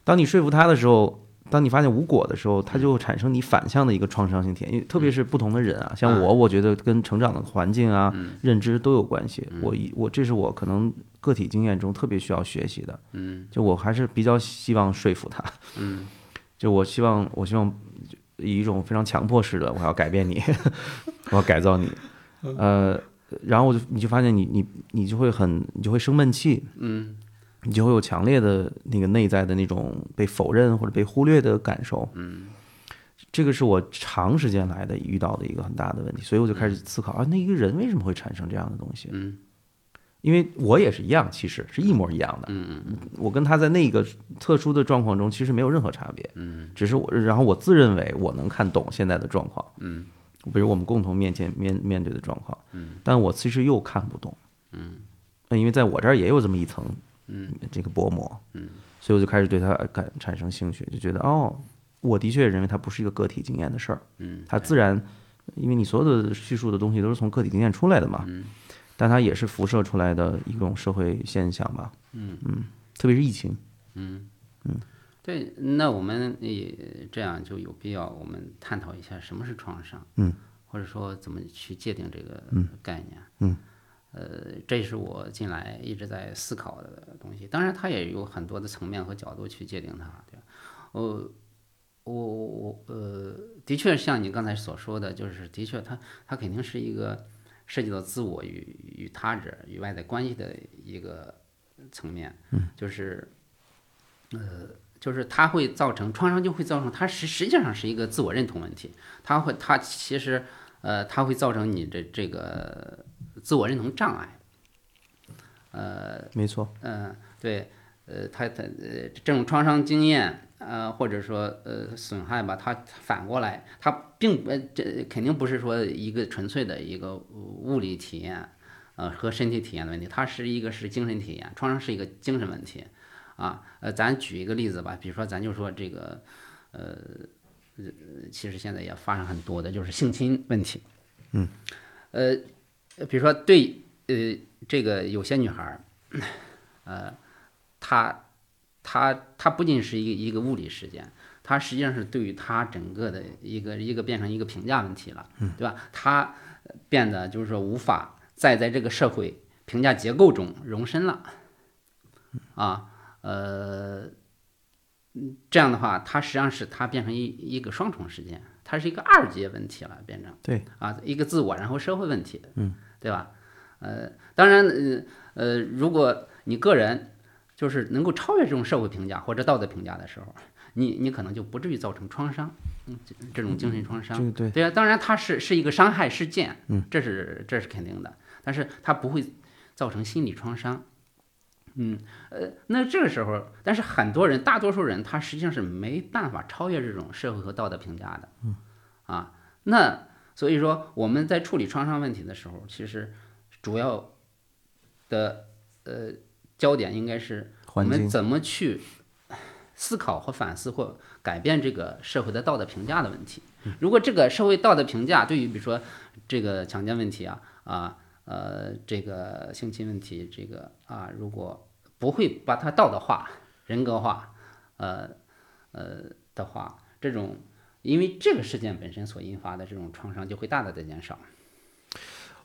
B: 当你说服他的时候，当你发现无果的时候，他就会产生你反向的一个创伤性体验。
A: 嗯
B: 因为特别是不同的人啊，像我，我觉得跟成长的环境啊、
A: 嗯
B: 认知都有关系。我一我这是我可能个体经验中特别需要学习的。
A: 嗯
B: 就我还是比较希望说服他，
A: 嗯
B: 就我希望我希望以一种非常强迫式的，我要改变你， 我要改造你，
A: 嗯
B: 呃，然后我就你就发现你你你就会很你就会生闷气，
A: 嗯
B: 你就会有强烈的那个内在的那种被否认或者被忽略的感受。嗯，这个是我长时间来的遇到的一个很大的问题，所以我就开始思考啊，那一个人为什么会产生这样的东西？
A: 嗯
B: 因为我也是一样，其实是一模一样的。嗯嗯，我跟他在那个特殊的状况中其实没有任何差别。嗯，只是我，然后我自认为我能看懂现在的状况。嗯，比如我们共同面前面面对的状况。嗯，但我其实又看不懂。嗯，因为在我这儿也有这么一层，嗯，这个薄膜。嗯，所以我就开始对他感产生兴趣，就觉得哦，我的确认为它不是一个个体经验的事儿。
A: 嗯，
B: 它自然，因为你所有的叙述的东西都是从个体经验出来的嘛。但它也是辐射出来的一种社会现象吧。嗯特别是疫情，
A: 对，那我们也这样就有必要，我们探讨一下什么是创伤，
B: 嗯，
A: 或者说怎么去界定这个概念，
B: 嗯，
A: 呃，这是我近来一直在思考的东西。当然，它也有很多的层面和角度去界定它，对吧？我我我呃，的确像你刚才所说的，就是的确它它肯定是一个涉及到自我与与他者与外在关系的一个层面，嗯，就是。就是它会造成创伤，就会造成它实实际上是一个自我认同问题，它会它其实呃它会造成你的这个自我认同障碍，呃
B: 没错，
A: 嗯，对，呃，他他呃这种创伤经验，呃，或者说呃损害吧，他反过来，他并不呃这肯定不是说一个纯粹的一个物理体验，呃和身体体验的问题，它是一个是精神体验，创伤是一个精神问题，啊，呃，咱举一个例子吧，比如说咱就说这个，呃，呃其实现在也发生很多的就是性侵问题，嗯，呃，比如说对呃这个有些女孩儿。它它它不仅是一个一个物理事件，它实际上是对于它整个的一个一个变成一个评价问题了，对吧？它呃变得就是说无法再在这个社会评价结构中容身了，啊，呃，嗯这样的话，它实际上是它变成一一个双重事件，它是一个二阶问题了，变成
B: 对
A: 啊，一个自我然后社会问题，嗯，对吧？呃，当然，呃呃，如果你个人就是能够超越这种社会评价或者道德评价的时候，你你可能就不至于造成创伤，嗯，这这种精神创伤
B: 这。个嗯对，
A: 对啊，当然它是是一个伤害事件，
B: 嗯，
A: 这是这是肯定的，但是它不会造成心理创伤，嗯，呃，那这个时候，但是很多人，大多数人他实际上是没办法超越这种社会和道德评价的，嗯，啊，那所以说我们在处理创伤问题的时候，其实主要的呃焦点应该是我
B: 环
A: 们
B: 境
A: 怎么去思考和反思或改变这个社会的道德评价的问题？如果这个社会道德评价对于比如说这个强奸问题啊啊呃这个性侵问题这个啊，如果不会把它道德化、人格化，呃呃的话，这种因为这个事件本身所引发的这种创伤就会大大的减少。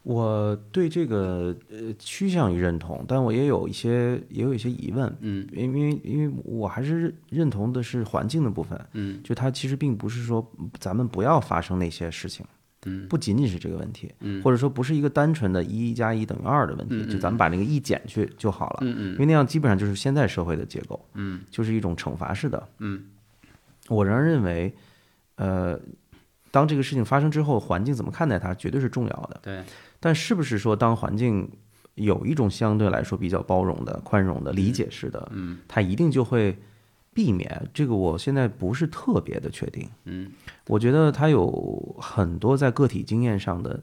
B: 我对这个呃趋向于认同，但我也有一些也有一些疑问，
A: 嗯
B: 因为因为我还是认同的是环境的部分，
A: 嗯
B: 就它其实并不是说咱们不要发生那些事情，
A: 嗯
B: 不仅仅是这个问题，
A: 嗯
B: 或者说不是一个单纯的一加一等于二的问题，
A: 嗯嗯
B: 就咱们把那个一减去就好了，
A: 嗯
B: 因
A: 嗯
B: 为那样基本上就是现在社会的结构，
A: 嗯，
B: 就是一种惩罚式的，
A: 嗯，
B: 我仍然认为，呃，当这个事情发生之后，环境怎么看待它绝对是重要的，
A: 对，
B: 但是不是说当环境有一种相对来说比较包容的、宽容的、理解式的，
A: 嗯
B: 它一定就会避免这个。我现在不是特别的确定，
A: 嗯
B: 我觉得它有很多在个体经验上的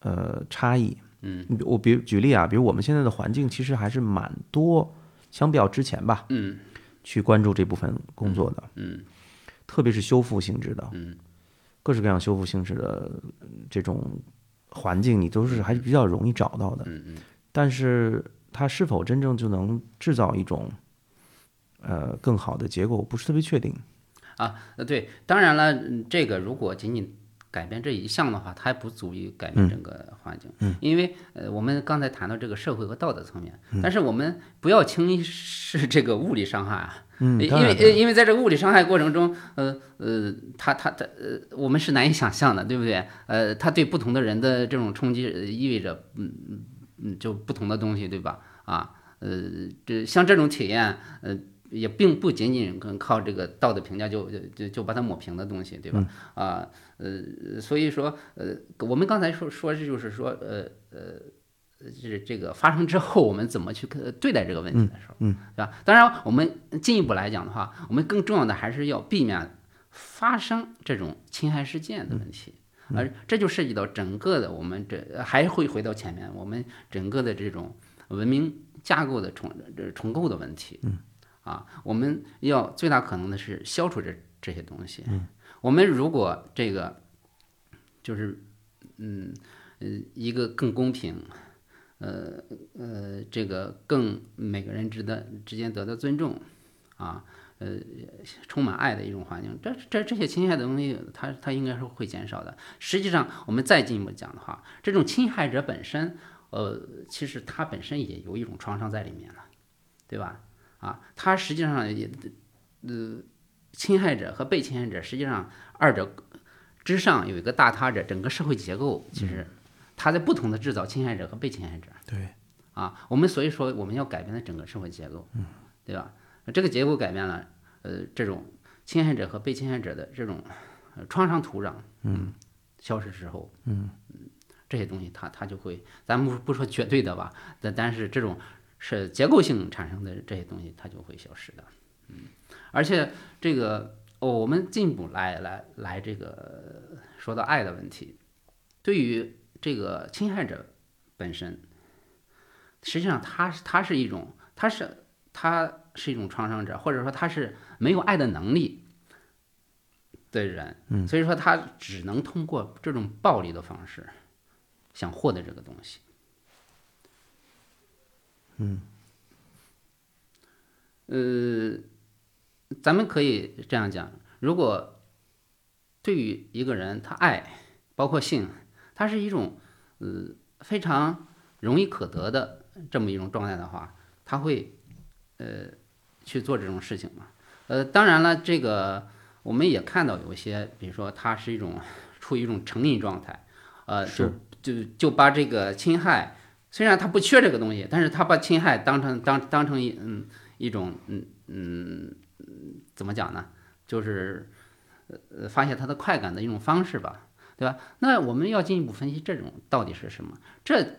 B: 呃差异。
A: 嗯
B: 我比如举例啊，比如我们现在的环境其实还是蛮多相比较之前吧，
A: 嗯
B: 去关注这部分工作的，
A: 嗯
B: 特别是修复性质的，
A: 嗯
B: 各式各样修复性质的呃这种环境，你都是还是比较容易找到的。
A: 嗯嗯
B: 但是它是否真正就能制造一种呃更好的结果，我不是特别确定。
A: 啊，呃对，当然了，嗯这个如果仅仅改变这一项的话，它还不足以改变整个环境，嗯，因为呃，我们刚才谈到这个社会和道德层面，但是我们不要轻易视这个物理伤害啊，
B: 嗯，
A: 因
B: 当
A: 为
B: 然
A: 呃因为在这个物理伤害过程中，呃呃，它它它呃，我们是难以想象的，对不对？呃，它对不同的人的这种冲击呃意味着，嗯嗯嗯，就不同的东西，对吧？啊，呃，这像这种体验，呃，也并不仅仅跟靠这个道德评价就就就就把它抹平的东西，对吧？
B: 嗯
A: 啊，呃，所以说，呃，我们刚才说说这就是说，呃呃。这这个发生之后，我们怎么去呃对待这个问题的时候，
B: 嗯
A: 对吧？当然，我们进一步来讲的话，我们更重要的还是要避免发生这种侵害事件的问题，而这就涉及到整个的我们这还会回到前面，我们整个的这种文明架构的重这重构的问题，嗯，啊，我们要最大可能的是消除这这些东西，嗯，我们如果这个就是嗯呃一个更公平。呃呃，这个更每个人值得之间得到尊重，啊，呃，充满爱的一种环境，这这这些侵害的东西，它它应该是会减少的。实际上，我们再进一步讲的话，这种侵害者本身，呃，其实他本身也有一种创伤在里面了，对吧？啊，他实际上也，呃，侵害者和被侵害者，实际上二者之上有一个大他者，整个社会结构其实它在不同的制造侵害者和被侵害者。
B: 对，
A: 啊，我们所以说我们要改变的整个社会结构，对吧？这个结构改变了，呃，这种侵害者和被侵害者的这种、呃创伤土壤，嗯，消失之后，嗯这些东西它它就会，咱不不说绝对的吧，但但是这种是结构性产生的这些东西它就会消失的，嗯，而且这个哦，我们进一步来来来这个呃说到爱的问题，对于这个侵害者本身。实际上他是他是一种，他是他是一种创伤者，或者说他是没有爱的能力的人，嗯，所以说他只能通过这种暴力的方式想获得这个东西，嗯，呃，咱们可以这样讲，如果对于一个人，他爱包括性，它是一种呃非常。容易可得的这么一种状态的话，他会呃去做这种事情嘛？呃，当然了，这个我们也看到有一些，比如说他是一种处于一种成瘾状态，呃，就是就就把这个侵害，虽然他不缺这个东西，但是他把侵害当成当当成一嗯一种嗯嗯嗯怎么讲呢？就是呃呃发泄他的快感的一种方式吧，对吧？那我们要进一步分析这种到底是什么？这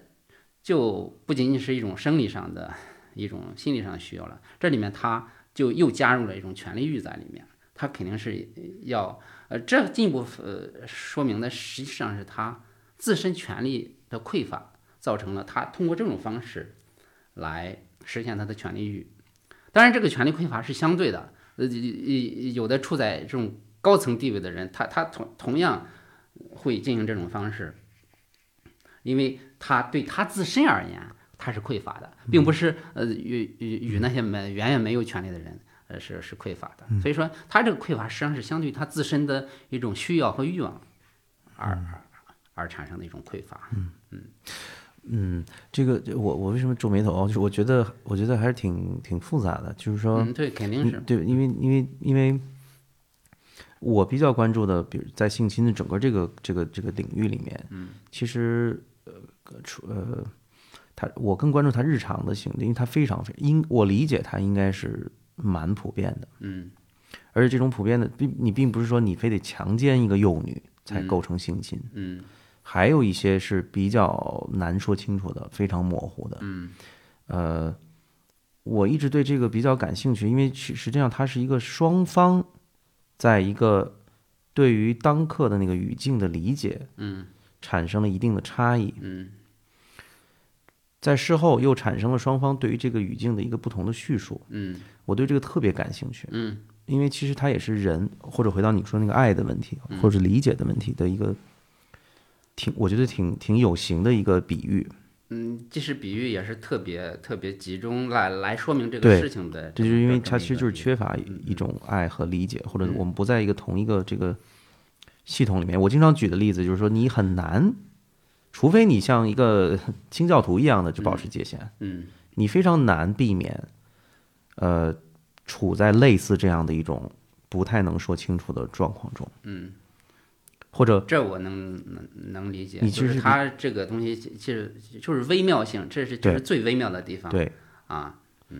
A: 就不仅仅是一种生理上的一种心理上的需要了，这里面它就又加入了一种权利欲在里面，它肯定是要呃，这进一步呃说明的实际上是他自身权利的匮乏造成了他通过这种方式来实现他的权利欲。当然，这个权利匮乏是相对的，呃，有的处在这种高层地位的人，他他同同样会进行这种方式，因为他对他自身而言，他是匮乏的，
B: 嗯
A: 并不是呃与与与那些没远远没有权利的人，呃是是匮乏
B: 嗯
A: 的。所以说，他这个匮乏实际上是相对于他自身的一种需要和欲望而而而产生的一种匮乏。
B: 嗯，这个这我我为什么皱眉头？啊就是我觉得我觉得还是挺挺复杂的，就是说，
A: 嗯，对，肯定
B: 嗯
A: 是，
B: 对，因为因为因为我比较关注的，比如在性侵的整个这个这个这个领域里面，嗯，其实呃除呃，他我更关注他日常的行为，因为他非常非应我理解他应该是蛮普遍的，
A: 嗯
B: 而且这种普遍的并你并不是说你非得强奸一个幼女才构成性侵，
A: 嗯
B: 还有一些是比较难说清楚的，非常模糊的。
A: 嗯
B: 呃，我一直对这个比较感兴趣，因为实实际上它是一个双方在一个对于当刻的那个语境的理解
A: 嗯
B: 产生了一定的差异。
A: 嗯
B: 在事后又产生了双方对于这个语境的一个不同的叙述。
A: 嗯
B: 我对这个特别感兴趣，
A: 嗯，
B: 因为其实它也是人，或者回到你说那个爱的问题，
A: 嗯
B: 或者理解的问题的一个挺，我觉得挺挺有形的一个比喻。
A: 嗯，这是比喻也是特别特别集中来来说明这个
B: 对
A: 事情的么一个，
B: 这就是因为
A: 么
B: 它
A: 一
B: 其实
A: 个嗯
B: 就是
A: 比喻
B: 缺乏一种爱和理解，或者我们不在一个同一个这个系统里面。我经常举的例子就是说，你很难，除非你像一个 清教徒一样的去保持界限，
A: 嗯
B: 你非常难避免，呃，处在类似这样的一种不太能说清楚的状况中，
A: 嗯，
B: 或者
A: 这我能能能理解，
B: 你
A: 就
B: 其
A: 是
B: 实
A: 它这个东西其实就是微妙性，这是这
B: 对
A: 是最微妙的地方，
B: 对，
A: 啊，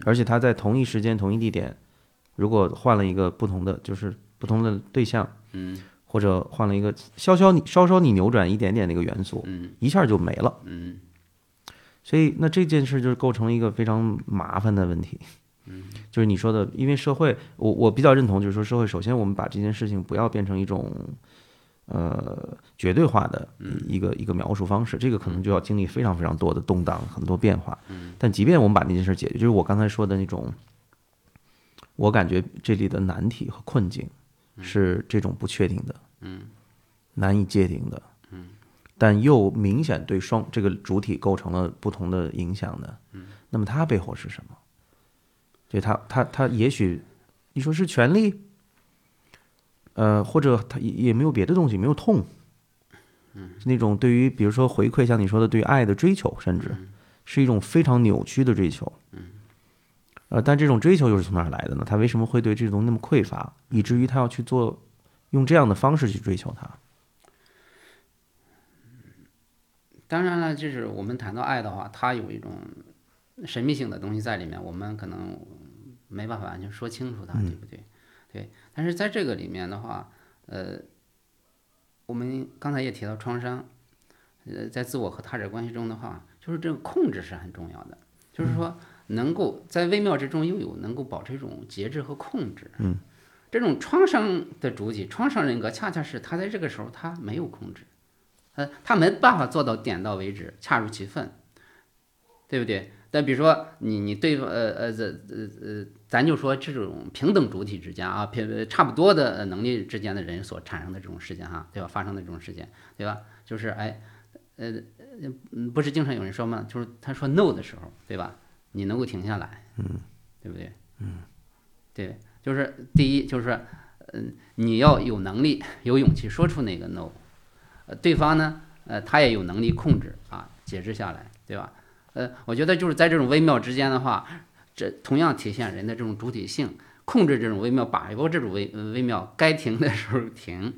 B: 而且他在同一时间、同一地点，如果换了一个不同的，就是不同的对象，
A: 嗯
B: 或者换了一个稍稍你稍稍你扭转一点点的一个元素，
A: 嗯
B: 一下就没了。
A: 嗯
B: 所以那这件事就是构成了一个非常麻烦的问题。嗯， 就是你说的，因为社会，我我比较认同，就是说社会，首先我们把这件事情不要变成一种。呃，绝对化的一个、一个描述方式，这个可能就要经历非常非常多的动荡，很多变化。嗯、但即便我们把那件事解决，就是我刚才说的那种，我感觉这里的难题和困境是这种不确定的，嗯，难以界定的，但又明显对双这个主体构成了不同的影响的，那么它背后是什么？对它，它，它也许你说是权利，呃，或者它也也没有别的东西，没有痛，是那种对于比如说回馈，像你说的对爱的追求，甚至是一种非常扭曲的追求，呃，但这种追求又是从哪儿来的呢？他为什么会对这种那么匮乏，以至于他要去做用这样的方式去追求它？
A: 当然了，就是我们谈到爱的话，它有一种神秘性的东西在里面，我们可能没办法完全说清楚它，对不对？对。但是在这个里面的话，呃，我们刚才也提到创伤，呃，在自我和他者关系中的话，就是这个控制是很重要的，就是说能够在微妙之中又有能够保持一种节制和控制。嗯。这种创伤的主体，创伤人格，恰恰是他在这个时候他没有控制。呃，他没办法做到点到为止，恰如其分，对不对？但比如说你你对呃呃这呃呃，咱就说这种平等主体之间啊，平呃差不多的呃能力之间的人所产生的这种事件哈、对吧？发生的这种事件，对吧？就是哎，呃呃嗯，不是经常有人说吗？就是他说 no 的时候，对吧？你能够停下来，嗯，对不对？嗯，对，就是第一就是，嗯、你要有能力、有勇气说出那个 no，呃，对方呢，呃，他也有能力控制啊，节制下来，对吧？呃，我觉得就是在这种微妙之间的话，这同样体现人的这种主体性，控制这种微妙，把握这种微呃微妙，该停的时候停，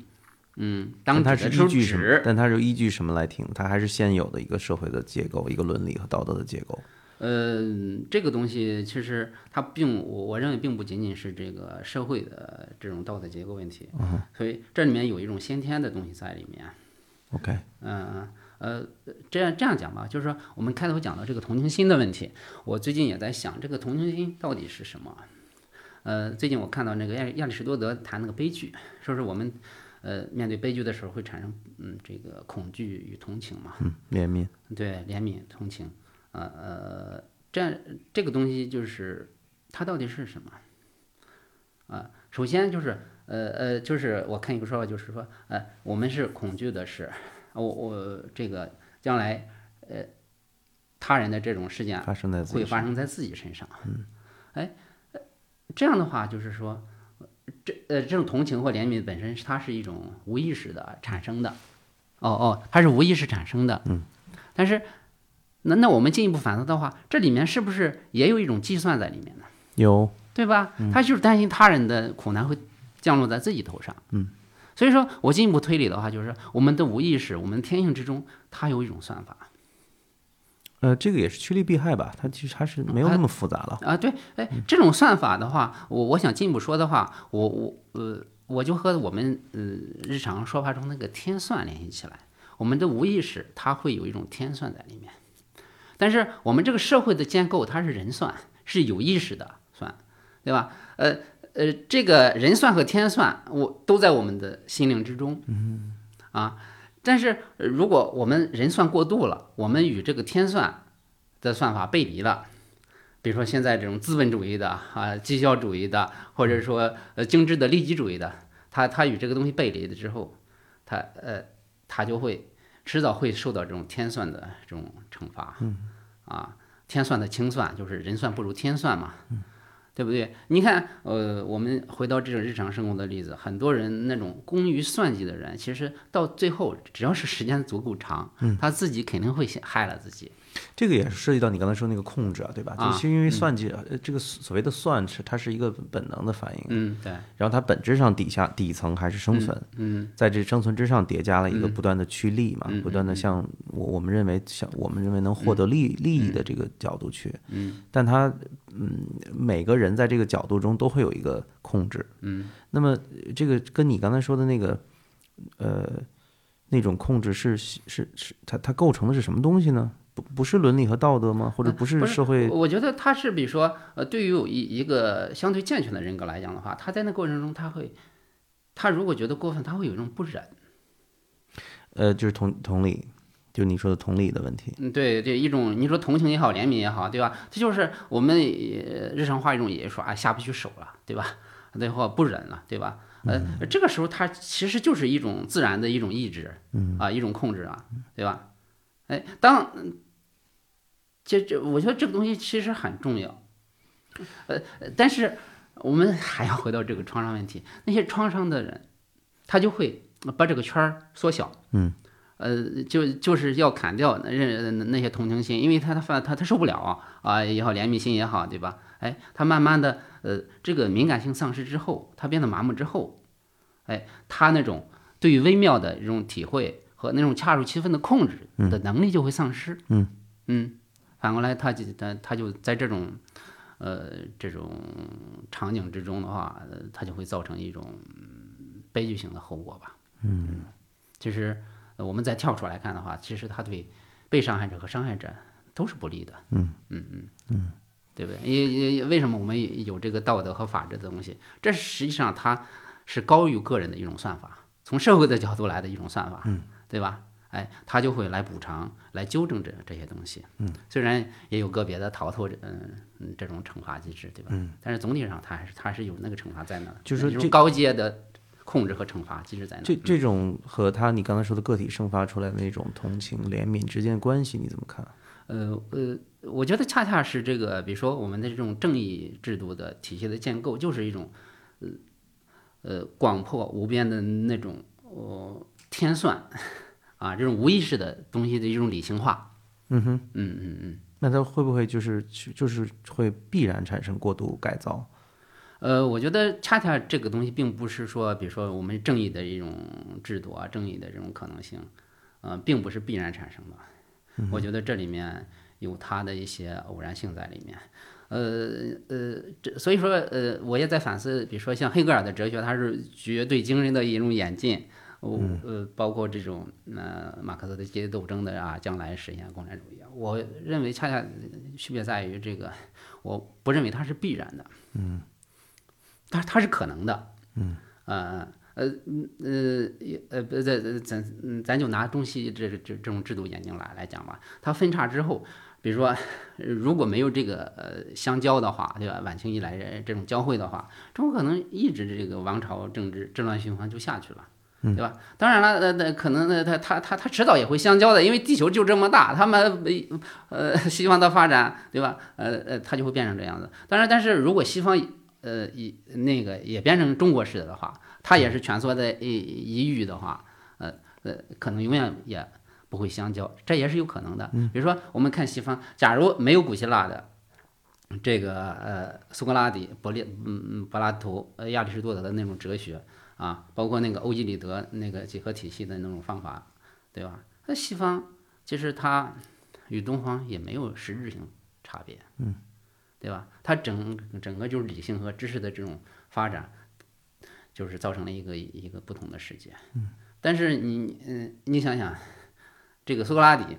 A: 嗯，当
B: 它
A: 指
B: 是
A: 的时候
B: 依据什么
A: 指？，
B: 但它是依据什么来听？它还是现有的一个社会的结构、一个伦理和道德的结构。
A: 呃，这个东西其实它并我我认为并不仅仅是这个社会的这种道德结构问题，所以这里面有一种先天的东西在里面。
B: OK，
A: 嗯呃，这样这样讲吧，就是说我们开头讲到这个同情心的问题，我最近也在想这个同情心到底是什么。呃，最近我看到那个亚亚里士多德谈那个悲剧，说是我们呃面对悲剧的时候会产生嗯这个恐惧与同情嘛，
B: 嗯，怜悯，
A: 对，怜悯、同情，呃呃，这样这个东西就是它到底是什么？啊，首先就是呃呃，就是我看一个说法，就是说，呃，我们是恐惧的是，我我这个将来呃他人的这种事件
B: 发生在自
A: 啊会
B: 己身上。
A: 发生在自己身上。嗯，哎，呃这样的话就是说，这呃这种同情或怜悯本身是它是一种无意识的产生的，哦哦，它是无意识产生的。嗯，但是那那我们进一步反思的话，这里面是不是也有一种计算在里面呢？
B: 有，
A: 对吧？他就是担心他人的苦难会降落在自己头上。嗯，所以说我进一步推理的话，就是我们的无意识，我们的天性之中，它有一种算法。
B: 呃，这个也是趋利避害吧？它其实还是没有那么复杂了。
A: 啊，对，哎，这种算法的话，我我想进一步说的话，我我呃，我就和我们呃日常说法中那个天算联系起来，我们的无意识它会有一种天算在里面，但是我们这个社会的建构它是人算，是有意识的算，对吧？呃呃，这个人算和天算，我都在我们的心灵之中，嗯，啊，但是呃如果我们人算过度了，我们与这个天算的算法背离了。比如说现在这种资本主义的啊、绩效主义的，或者说呃精致的利己主义的，它它与这个东西背离了之后，它呃它就会迟早会受到这种天算的这种惩罚，啊，天算的清算就是人算不如天算嘛，对不对？你看，呃，我们回到这种日常生活的例子，很多人那种工于算计的人，其实到最后只要是时间足够长，他自己肯定会先害了自己。
B: 这个也是涉及到你刚才说那个控制啊，对吧？
A: 啊
B: 就是因为算计，呃这个所谓的算是它是一个本能的反应，
A: 嗯，对，
B: 然后它本质上底下底层还是生存，
A: 嗯
B: 在这生存之上叠加了一个不断的趋利嘛，
A: 嗯嗯
B: 不断的向我我们认为像我们认为能获得利、利益的这个角度去，
A: 嗯，
B: 但它嗯每个人在这个角度中都会有一个控制，
A: 嗯，
B: 那么呃这个跟你刚才说的那个呃那种控制是是是是它它构成的是什么东西呢？不不是伦理和道德吗？或者不是
A: 呃不是
B: 社会？
A: 我我觉得他是，比如说，呃，对于有一一个相对健全的人格来讲的话，他在那过程中，他会，他如果觉得过分，他会有一种不忍，
B: 呃，就是同同理，就你说的同理的问题。
A: 嗯，对对，一种你说同情也好，怜悯也好，对吧？这就是我们呃日常话一种也说啊，下不去手了，对吧？ 对或不忍了，对吧？呃，这个时候他其实就是一种自然的一种意志，嗯啊，一种控制啊，对吧？哎，当这这，我觉得这个东西其实很重要，呃，呃但是我们 还要回到这个创伤问题，那些创伤的人，他就会把这个圈儿缩小，呃，就就是要砍掉那呃那那些同情心，因为他他犯他他受不了啊啊也好，怜悯心也好，对吧？哎，他慢慢的呃，这个敏感性丧失之后，他变得麻木之后，哎，他那种对于微妙的这种体会和那种恰如其分的控制的能力就会丧失。
B: 嗯
A: 嗯反过来他就他他就在这种呃这种场景之中的话，呃他就会造成一种嗯悲剧性的后果吧。嗯，其实。呃我们再跳出来看的话，其实他对被伤害者和伤害者都是不利的。嗯嗯嗯嗯，对不对？也也也为什么我们有这个道德和法治的东西？这实际上它是高于个人的一种算法，从社会的角度来的一种算法，嗯、对吧？哎，他就会来补偿、来纠正这这些东西。嗯，虽然也有个别的逃脱这嗯嗯这种惩罚机制，对吧？嗯，但是总体上它还是它是有那个惩罚在那的，
B: 就是
A: 有
B: 说
A: 一种
B: 这
A: 高阶的控制和惩罚机制在那。
B: 这这种和他你刚才说的个体生发出来的那种同情、怜悯之间的关系，你怎么看？
A: 呃呃，我觉得恰恰是这个，比如说我们的这种正义制度的体系的建构，就是一种呃呃广阔无边的那种呃天算 啊，这种无意识的东西的一种理性化。嗯哼，嗯嗯嗯。
B: 那他会不会就是就是会必然产生过度改造？
A: 呃，我觉得恰恰这个东西并不是说，比如说我们正义的一种制度啊，正义的这种可能性，呃，并不是必然产生的。我觉得这里面有它的一些偶然性在里面。呃呃，这所以说呃，我也在反思，比如说像黑格尔的哲学，它是绝对精神的一种演进。我呃，包括这种呃，马克思的阶级斗争的啊，将来实现共产主义啊，我认为恰恰区别在于这个，我不认为它是必然的。它它是可能的。嗯，呃呃嗯呃也呃不咱咱咱嗯咱就拿中西这这这种制度眼镜来来讲吧，它分叉之后，比如说呃如果没有这个呃相交的话，对吧？晚清以来呃这种交汇的话，中国可能一直这个王朝政治治乱循环就下去了。对吧？当然了，呃，那可能呢，它它它它迟早也会相交的，因为地球就这么大，他们呃呃 西方的发展，对吧？呃呃，它就会变成这样子。当然，但是如果西方呃，一那个也变成中国式的话，它也是蜷缩在一一隅的话，呃呃，可能永远也不会相交，这也是有可能的。比如说，我们看西方，假如没有古希腊的这个呃苏格拉底、柏列嗯嗯柏拉图、呃亚里士多德的那种哲学啊，包括那个欧几里得那个几何体系的那种方法，对吧？那西方其实它与东方也没有实质性差别。对吧？它整整个就是理性和知识的这种发展，就是造成了一个一个不同的世界。但是你嗯、你想想，这个苏格拉底，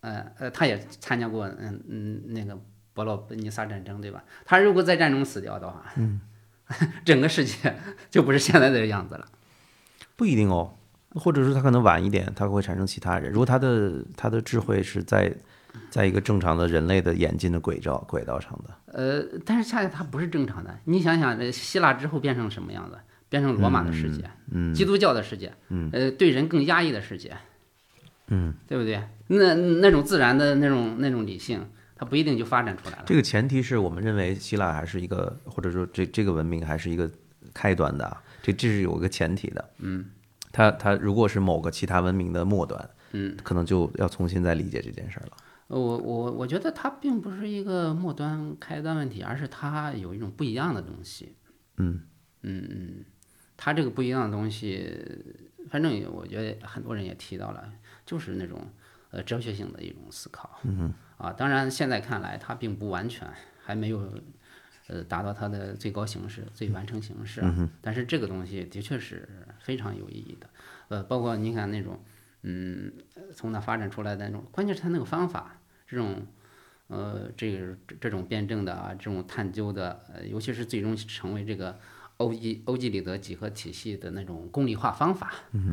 A: 呃呃，他也参加过嗯嗯那个伯罗奔尼撒战争，对吧？他如果在战中死掉的话，嗯， 整个世界就不是现在的样子了。
B: 不一定哦，或者说他可能晚一点，他会产生其他人。如果他的他的智慧是在在一个正常的人类的演进的轨道轨道上的。
A: 呃，但是恰恰它不是正常的。你想想，呃希腊之后变成什么样子？变成罗马的世界，
B: 嗯
A: 基督教的世界，
B: 嗯
A: 呃，对人更压抑的世界，
B: 嗯，
A: 对不对？那那种自然的那种那种理性，它不一定就发展出来了。
B: 这个前提是我们认为希腊还是一个，或者说这这个文明还是一个开端的啊，这这是有一个前提的。嗯，它它如果是某个其他文明的末端，
A: 嗯，
B: 可能就要重新再理解这件事儿了。
A: 呃我我我觉得它并不是一个末端开端问题，而是它有一种不一样的东西。
B: 嗯
A: 嗯嗯，它这个不一样的东西，反正也我觉得很多人也提到了，就是那种呃哲学性的一种思考。嗯啊，当然现在看来它并不完全，还没有呃达到它的最高形式、最完成形式啊。但是这个东西的确是非常有意义的。呃，包括你看那种。嗯，从那发展出来的那种，关键是它那个方法，这种，呃，这个这这种辩证的啊，这种探究的，呃，尤其是最终成为这个欧几欧几里得几何体系的那种功利化方法，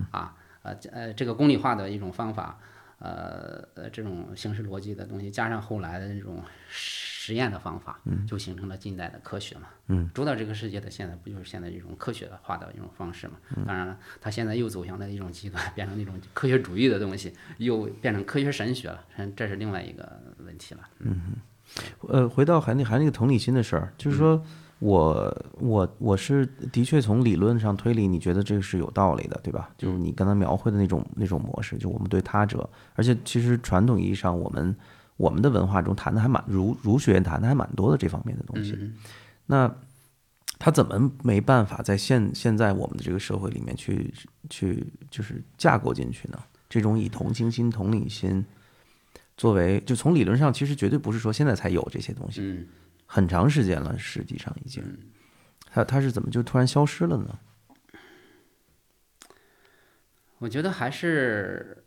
A: 啊，呃这呃，这个功利化的一种方法，呃呃，这种形式逻辑的东西，加上后来的那种实验的方法，就形成了近代的科学嘛。嗯，主导这个世界的现在不就是现在这种科学化的一种方式嘛？当然了，它现在又走向了一种极端，变成那种科学主义的东西，又变成科学神学了，嗯这是另外一个问题了。
B: 呃，回到还那还那个同理心的事儿，就是说我我我是的确从理论上推理，你觉得这个是有道理的，对吧？就是你刚才描绘的那种那种模式，就我们对他者，而且其实传统意义上我们我们的文化中谈的还蛮儒儒学谈的还蛮多的这方面的
A: 嗯
B: 东西。那他怎么没办法在现现在我们的这个社会里面去去就是架构进去呢？这种以同情心、同理心作为，就从理论上其实绝对不是说现在才有这些东西，
A: 嗯
B: 很长时间了，实际上已经，他他是怎么就突然消失了呢？
A: 我觉得还是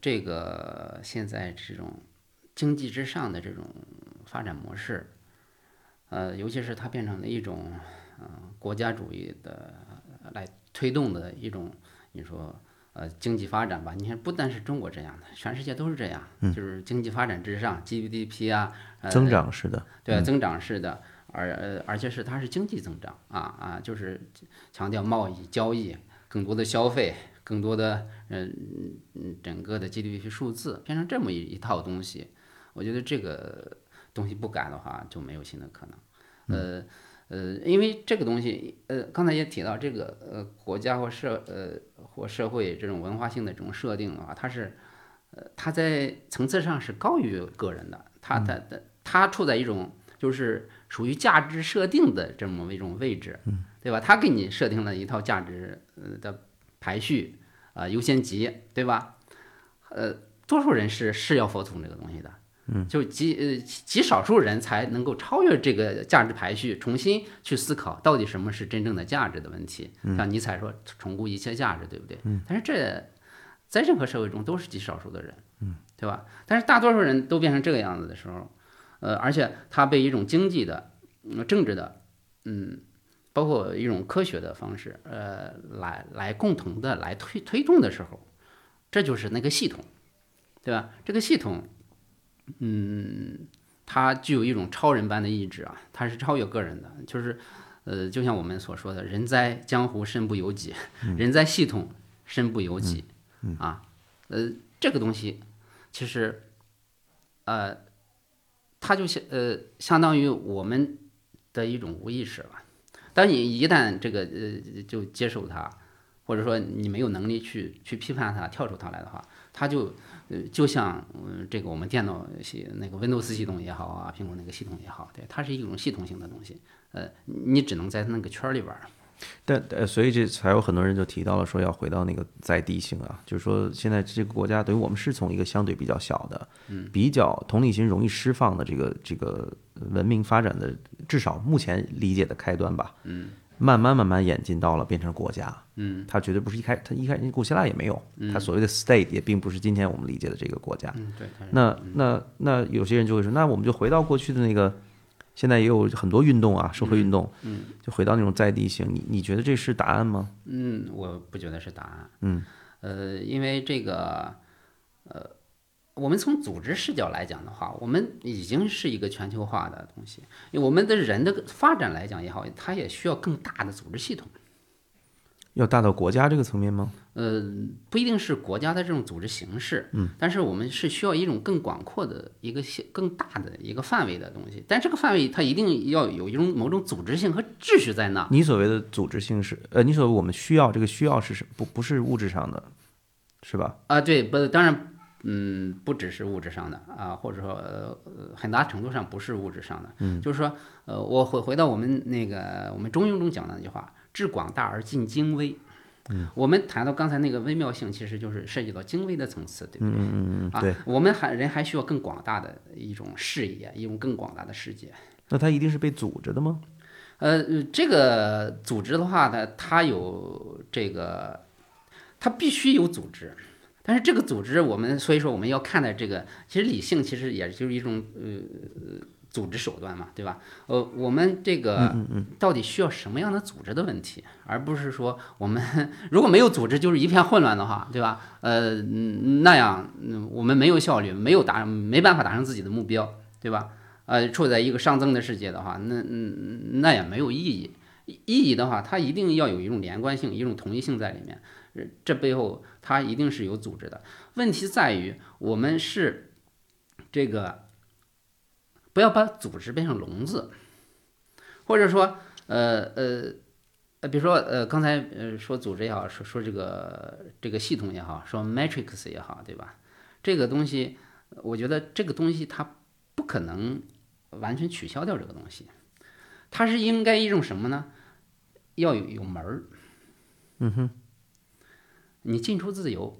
A: 这个现在这种经济之上的这种发展模式，呃，尤其是它变成了一种嗯、呃国家主义的呃来推动的一种，你说呃经济发展吧？你看不单是中国这样的，全世界都是这样，
B: 嗯
A: 就是经济发展之上 GDP 啊，呃、
B: 增长式的，
A: 对，增长式的，而呃而且是它是经济增长啊啊，就是强调贸易交易，更多的消费，更多的嗯嗯整个的 GDP 数字变成这么一一套东西，我觉得这个东西不改的话就没有新的可能，呃。呃，因为这个东西，呃，刚才也提到这个，呃，国家或社，呃，或社会这种文化性的这种设定的话，它是，呃，它在层次上是高于个人的，它它它它处在一种就是属于价值设定的这么一种位置，对吧？他给你设定了一套价值呃的排序啊、呃优先级，对吧？呃，多数人是是要服从这个东西的，嗯，就极呃极少数人才能够超越这个价值排序，重新去思考到底什么是真正的价值的问题。像尼采说“重估一切价值”，对不对？嗯，但是这在任何社会中都是极少数的人，嗯，对吧？但是大多数人都变成这个样子的时候，呃，而且它被一种经济的、嗯、政治的，嗯，包括一种科学的方式，呃，来来共同的来推推动的时候，这就是那个系统，对吧？这个系统，嗯，它具有一种超人般的意志啊，它是超越个人的，就是，呃，就像我们所说的“人在江湖身不由己，人在系统身不由己”，啊，呃，这个东西其实，呃。它就相呃相当于我们的一种无意识吧。当你一旦这个呃就接受它，或者说你没有能力去去批判它、跳出它来的话，它就呃就像嗯这个我们电脑系那个 Windows 系统也好啊，苹果那个系统也好，对，它是一种系统性的东西。呃，你只能在那个圈儿里玩儿。
B: 但呃，所以这才有很多人就提到了说要回到那个在地性啊，就是说现在这个国家对于我们是从一个相对比较小的、
A: 嗯
B: 比较同理心容易释放的这个这个文明发展的，至少目前理解的开端吧，嗯，慢慢慢慢演进到了变成国家，嗯，它绝对不是一开，它一开古希腊也没有，它所谓的 state 也并不是今天我们理解的这个国家，
A: 嗯，对，它是嗯
B: 那那那有些人就会说，那我们就回到过去的那个，现在也有很多运动啊，社会运动，嗯，就回到那种在地性。你你觉得这是答案吗？
A: 嗯，我不觉得是答案。嗯，呃，因为这个，呃，我们从组织视角来讲的话，我们已经是一个全球化的东西。因为我们的人的发展来讲也好，它也需要更大的组织系统。
B: 要大到国家这个层面吗？
A: 呃，不一定是国家的这种组织形式，嗯，但是我们是需要一种更广阔的一个系更大的一个范围的东西，但这个范围它一定要有一种某种组织性和秩序在那。
B: 你所谓的组织性是，呃，你所谓我们需要这个需要是什不不是物质上的，是吧？
A: 啊，对，不，当然，嗯，不只是物质上的啊，或者说呃很大程度上不是物质上的，嗯，就是说，呃，我回回到我们那个我们中庸中讲的那句话：致广大而尽精微。嗯，我们谈到刚才那个微妙性，其实就是涉及到精微的层次，对不对？
B: 嗯嗯嗯，对
A: 啊，。我们还人还需要更广大的一种视野，一种更广大的世界。
B: 那它一定是被组织的吗？
A: 呃，这个组织的话呢，它有这个，它必须有组织。但是这个组织，我们所以说我们要看待这个，其实理性其实也就是一种呃组织手段嘛，对吧？呃，我们这个到底需要什么样的组织的问题，而不是说我们 如果没有组织就是一片混乱的话，对吧？呃，嗯那样嗯我们没有效率，没有达没办法达成自己的目标，对吧？呃，处在一个上增的世界的话，那嗯那也没有意义。意意义的话，它一定要有一种连贯性，一种统一性在里面。呃这背后它一定是有组织的。问题在于，我们是这个不要把组织变成笼子，或者说，呃呃呃，比如说呃，刚才呃说组织也好，说说这个这个系统也好，说 matrix 也好，对吧？这个东西，我觉得这个东西它不可能完全取消掉这个东西，它是应该一种什么呢？要有有门儿，嗯哼，你进出自由。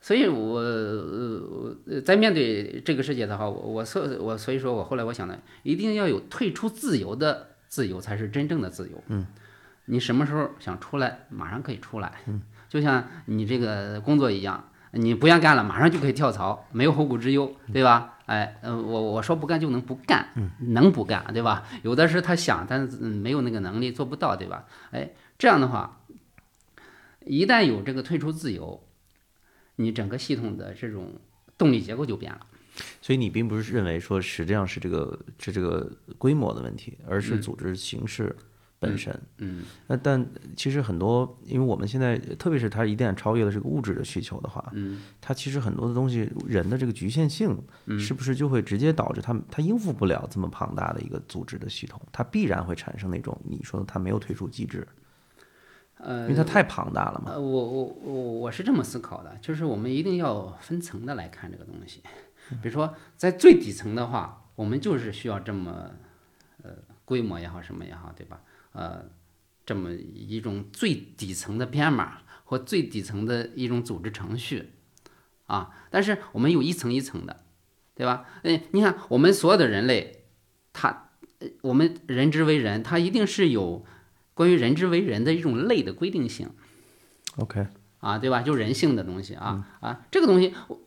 A: 所以我，呃呃在面对这个世界的话，我我所我所以说我后来我想的，一定要有退出自由的自由，才是真正的自由。嗯，你什么时候想出来，马上可以出来。嗯，就像你这个工作一样，你不愿干了，马上就可以跳槽，没有后顾之忧，对吧？哎，呃，我我说不干就能不干，能不干，对吧？有的是他想，但是嗯没有那个能力做不到，对吧？哎，这样的话，一旦有这个退出自由，你整个系统的这种动力结构就变了。
B: 所以你并不是认为说实际上是这个是这个规模的问题，而是组织形式本身。
A: 嗯，
B: 那但其实很多，因为我们现在特别是它一旦超越了这个物质的需求的话，嗯，它其实很多的东西，人的这个局限性，
A: 嗯
B: 是不是就会直接导致他他应付不了这么庞大的一个组织的系统，它必然会产生那种你说的它没有退出机制，
A: 呃
B: 因为它太庞大了嘛。
A: 呃，我我我我是这么思考的，就是我们一定要分层的来看这个东西。比如说，在最底层的话，我们就是需要这么，呃，规模也好，什么也好，对吧？呃，这么一种最底层的编码或最底层的一种组织程序，啊，但是我们有一层一层的，对吧？哎，你看我们所有的人类，他，呃我们人之为人，他一定是有关于人之为人的一种类的规定性。
B: OK，
A: 啊，对吧？就人性的东西啊、啊，这个东西，我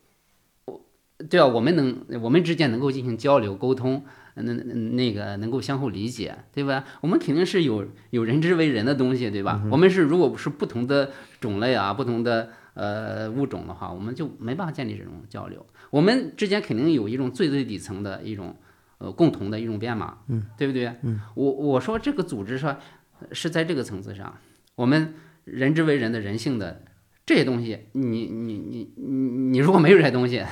A: 我对啊，我们能我们之间能够进行交流沟通，那那那个能够相互理解，对吧？我们肯定是有有人之为人的东西，对吧？我们是如果是不同的种类啊，不同的呃物种的话，我们就没办法建立这种交流。我们之间肯定有一种最最底层的一种呃共同的一种编码，嗯，对不对？嗯，我我说这个组织上是在这个层次上，我们人之为人的人性的这些东西，你你你你你如果没有这些东西，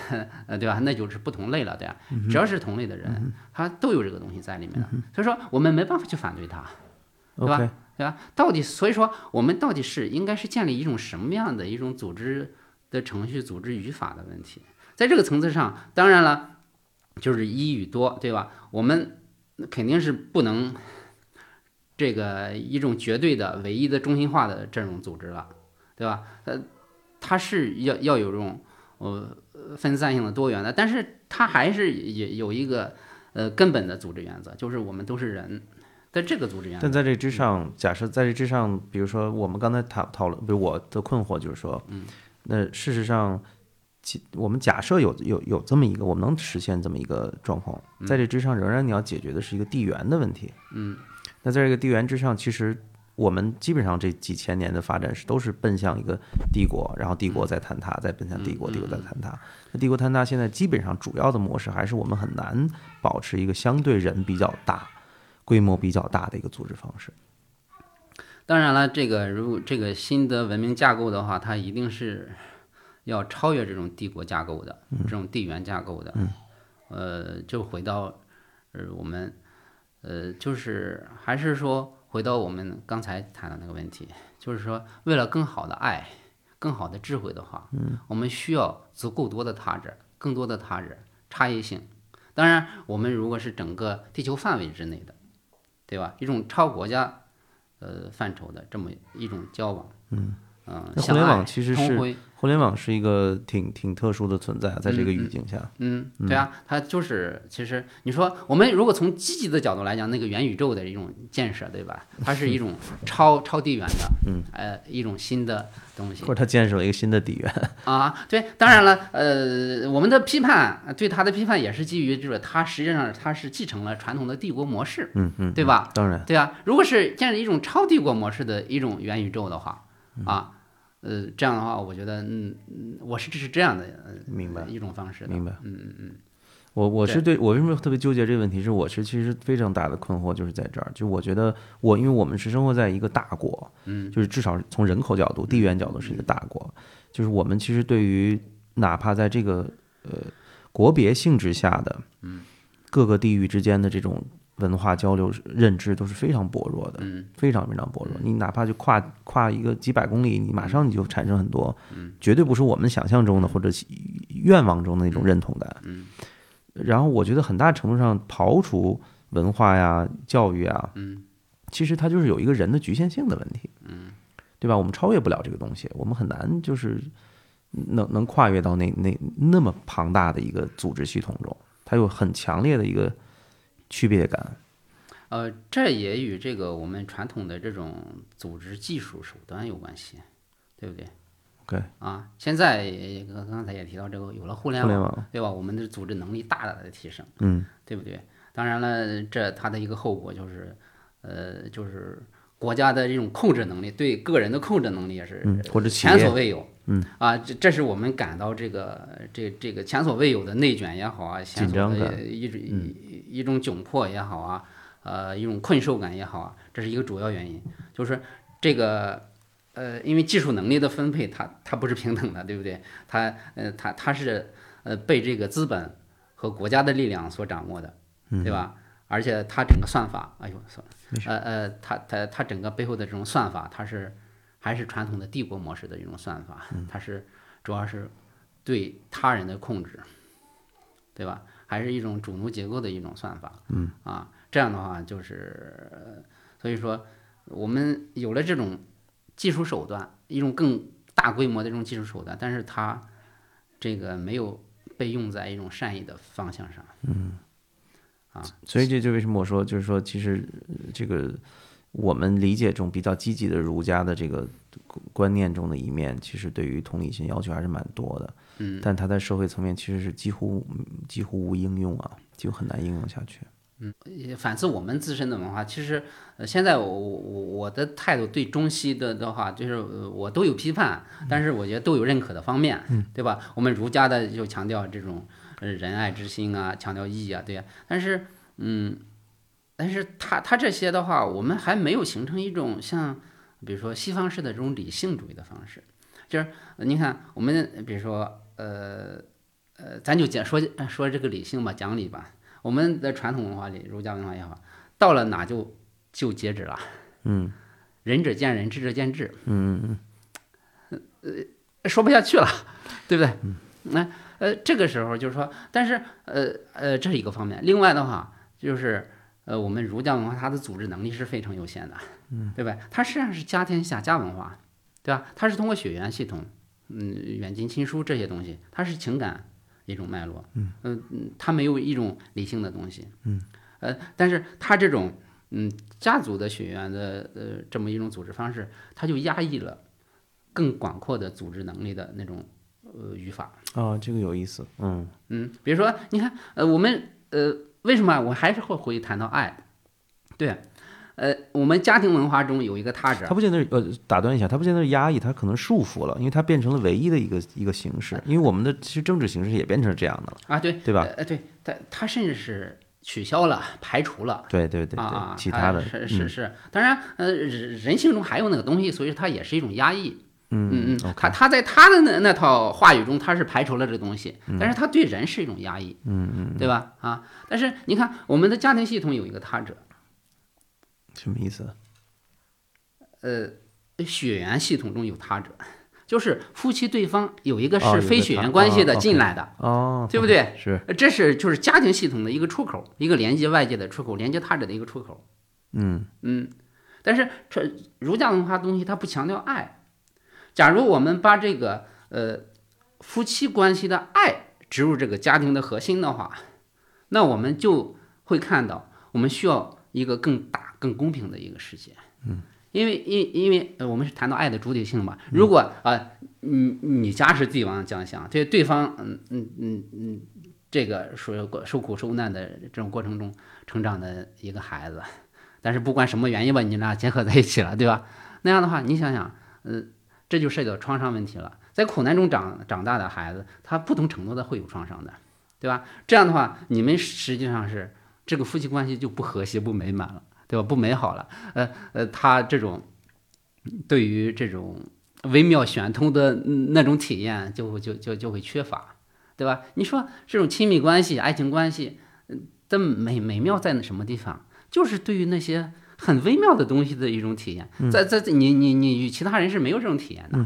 A: 呃，对吧？那就是不同类了，对吧？只要是同类的人，他都有这个东西在里面的，所以说我们没办法去反对他，对吧
B: OK，
A: 对吧？到底，所以说我们到底是应该是建立一种什么样的一种组织的程序、组织语法的问题，在这个层次上，当然了，就是一与多，对吧？我们肯定是不能这个一种绝对的、唯一的中心化的这种组织了，对吧？呃，它是要要有这种呃分散性的、多元的，但是它还是也有一个呃根本的组织原则，就是我们都是人。在这个组织原则
B: 但在这之上，假设在这之上，比如说我们刚才讨讨论，比如我的困惑就是说，嗯，那事实上，其我们假设有有有这么一个，我们能实现这么一个状况，在这之上，仍然你要解决的是一个地缘的问题，嗯，那在这个地缘之上，其实我们基本上这几千年的发展是都是奔向一个帝国，然后帝国再坍塌，再奔向帝国，帝国再坍塌。那帝国坍塌现在基本上主要的模式还是我们很难保持一个相对人比较大、规模比较大的一个组织方式。
A: 当然了，这个如果这个新的文明架构的话，它一定是要超越这种帝国架构的，
B: 嗯
A: 这种地缘架构的。呃，就回到呃我们呃，就是还是说回到我们刚才谈的那个问题，就是说为了更好的爱、更好的智慧的话，
B: 嗯
A: 我们需要足够多的他者，更多的他者，差异性。当然，我们如果是整个地球范围之内的，对吧？一种超国家呃范畴的这么一种交往，嗯
B: 那互
A: 相
B: 联网
A: 爱
B: 其实
A: 通
B: 是
A: 婚
B: 互联网是一个挺挺特殊的存在，啊在这个语境下，
A: 嗯，对啊，它就是其实你说我们如果从积极的角度来讲，那个元宇宙的一种建设，对吧？它是 一种超超地缘的，嗯，呃，一种新的东西
B: 或者它建设了一个新的底蕴。
A: 啊。对，当然了，呃，我们的批判呃对它的批判也是基于这个，它实际上它是继承了传统的帝国模式，
B: 嗯嗯，
A: 对吧？
B: 当然，
A: 对啊，如果是建立一种超帝国模式的一种元宇宙的话，
B: 嗯
A: 啊，呃，这样的话，我觉得，嗯，嗯我是支持这样的呃
B: 明白
A: 一种方式的，
B: 明白。
A: 嗯嗯嗯。
B: 我我是对我为什么特别纠结这个问题？是我是其实非常大的困惑就是在这儿，就我觉得我因为我们是生活在一个大国，嗯，就是至少从人口角度、地缘角度是一
A: 嗯
B: 个大国，就是我们其实对于哪怕在这个呃国别性质下的，嗯，各个地域之间的这种文化交流认知都是非常薄弱的，
A: 嗯，嗯
B: 非常非常薄弱。你哪怕就跨跨一个几百公里，你马上你就产生很多，绝对不是我们想象中的或者愿望中的那种认同感。然后我觉得很大程度上刨除文化呀、教育啊，嗯，其实它就是有一个人的局限性的问题，嗯，对吧？我们超越不了这个东西，我们很难就是能能跨越到那那那么庞大的一个组织系统中，它有很强烈的一个区别感。
A: 呃，这也与这个我们传统的这种组织技术手段有关系，对不对？
B: OK，
A: 啊，现在也刚刚才也提到这个，有了互联网，
B: 互联网，
A: 对吧？我们的组织能力大大的提升，
B: 嗯，
A: 对不对？当然了，这它的一个后果就是，呃，就是国家的这种控制能力，对个人的控制能力也是
B: 嗯，或者企
A: 前所
B: 业，
A: 未有。嗯啊，这这是我们感到这个这这个前所未有的内卷也好啊，前
B: 紧
A: 所
B: 张
A: 未有
B: 感嗯
A: 的一种一一种窘迫也好啊，呃，一种困兽感也好啊，这是一个主要原因。就是这个呃，因为技术能力的分配，它它不是平等的，对不对？它呃，它它是呃被这个资本和国家的力量所掌握的，
B: 嗯
A: 对吧？而且它整个算法，哎呦，算了，呃呃，它它它整个背后的这种算法，它是还是传统的帝国模式的一种算法，它是主要是对他人的控制，对吧？还是一种主奴结构的一种算法，嗯啊，这样的话就是，呃所以说我们有了这种技术手段，一种更大规模的这种技术手段，但是它这个没有被用在一种善意的方向上，
B: 所以这就为什么我说，就是说，其实呃这个我们理解中比较积极的儒家的这个观念中的一面，其实对于同理心要求还是蛮多的。
A: 嗯，
B: 但它在社会层面其实是几乎几乎无应用啊，就很难应用下去。
A: 也反思我们自身的文化。其实，呃，现在我我我的态度对中西的的话，就是呃我都有批判，但是我觉得都有认可的方面，对吧？我们儒家的就强调这种呃仁爱之心啊，强调义啊，对呀、但是，嗯，但是他他这些的话，我们还没有形成一种像比如说西方式的这种理性主义的方式。就是呃你看，我们比如说，呃呃，咱就讲说说这个理性吧，讲理吧。我们的传统文化里，儒家文化也好，到了哪就就截止了。
B: 嗯，
A: 仁者见仁，智者见智，
B: 嗯嗯
A: 说不下去 了，对不对？那、呃，这个时候就是说，但是呃呃，这是一个方面。另外的话，就是呃，我们儒家文化它的组织能力是非常有限的，嗯，对吧？它实际上是家天下家文化，对吧？它是通过血缘系统，嗯，远近亲疏这些东西，它是情感一种脉络，嗯、嗯，它没有一种理性的东西，嗯，呃，但是它这种嗯家族的血缘的呃这么一种组织方式，它就压抑了。更广阔的组织能力的那种呃语法。
B: 嗯，啊，这个有意思。嗯
A: 嗯，比如说，你看，呃，我们呃，为什么我还是会回谈到爱？对，呃，我们家庭文化中有一个他者
B: 它，不见得是呃，打断一下，它不见得是压抑，它可能束缚了，因为它变成了唯一的一个一个形式。因为我们的其实政治形式也变成这样的了。
A: 啊，对
B: 对吧
A: 呃，呃对，他他甚至是取消了、排除了。
B: 对对对
A: 啊，
B: 对，其他的嗯
A: 啊、是是是，当然，呃，人人性中还有那个东西，所以它也是一种压抑。嗯嗯，他他在他的那那套话语中，他是排除了这东西，
B: 嗯
A: 但是他对人是一种压抑，嗯嗯，对吧？啊，但是你看，我们的家庭系统有一个他者，
B: 什么意思？
A: 呃血缘系统中有他者，就是夫妻对方有一个
B: 哦有
A: 是
B: 一个
A: 非
B: 他
A: 血缘关系的
B: 哦
A: 进
B: ，OK
A: 来的，
B: 哦，
A: 对不对？
B: 是，
A: 呃这是就是家庭系统的一个出口，一个连接外界的出口，连接他者的一个出口。
B: 嗯
A: 嗯，但是这儒家文化东西它不强调爱。假如我们把这个呃夫妻关系的爱植入这个家庭的核心的话，那我们就会看到，我们需要一个更大、更公平的一个世界。嗯，因为因因为呃我们是谈到爱的主体性
B: 嗯
A: 嘛。如果啊、呃你你家是帝王将相，对对方嗯嗯嗯嗯，这个受受苦受难的这种过程中成长的一个孩子，但是不管什么原因吧，你俩结合在一起了，对吧？那样的话，你想想，呃，这就涉及到创伤问题了。在苦难中长长大的孩子，他不同程度的会有创伤的，对吧？这样的话，你们实际上是这个夫妻关系就不和谐、不美满了，对吧？不美好了。呃呃，他这种对于这种微妙玄通的嗯那种体验就会就就就会缺乏，对吧？你说这种亲密关系、爱情关系，嗯，的美美妙在什么地方？就是对于那些很微妙的东西的一种体验，在在你你你与其他人是没有这种体验的，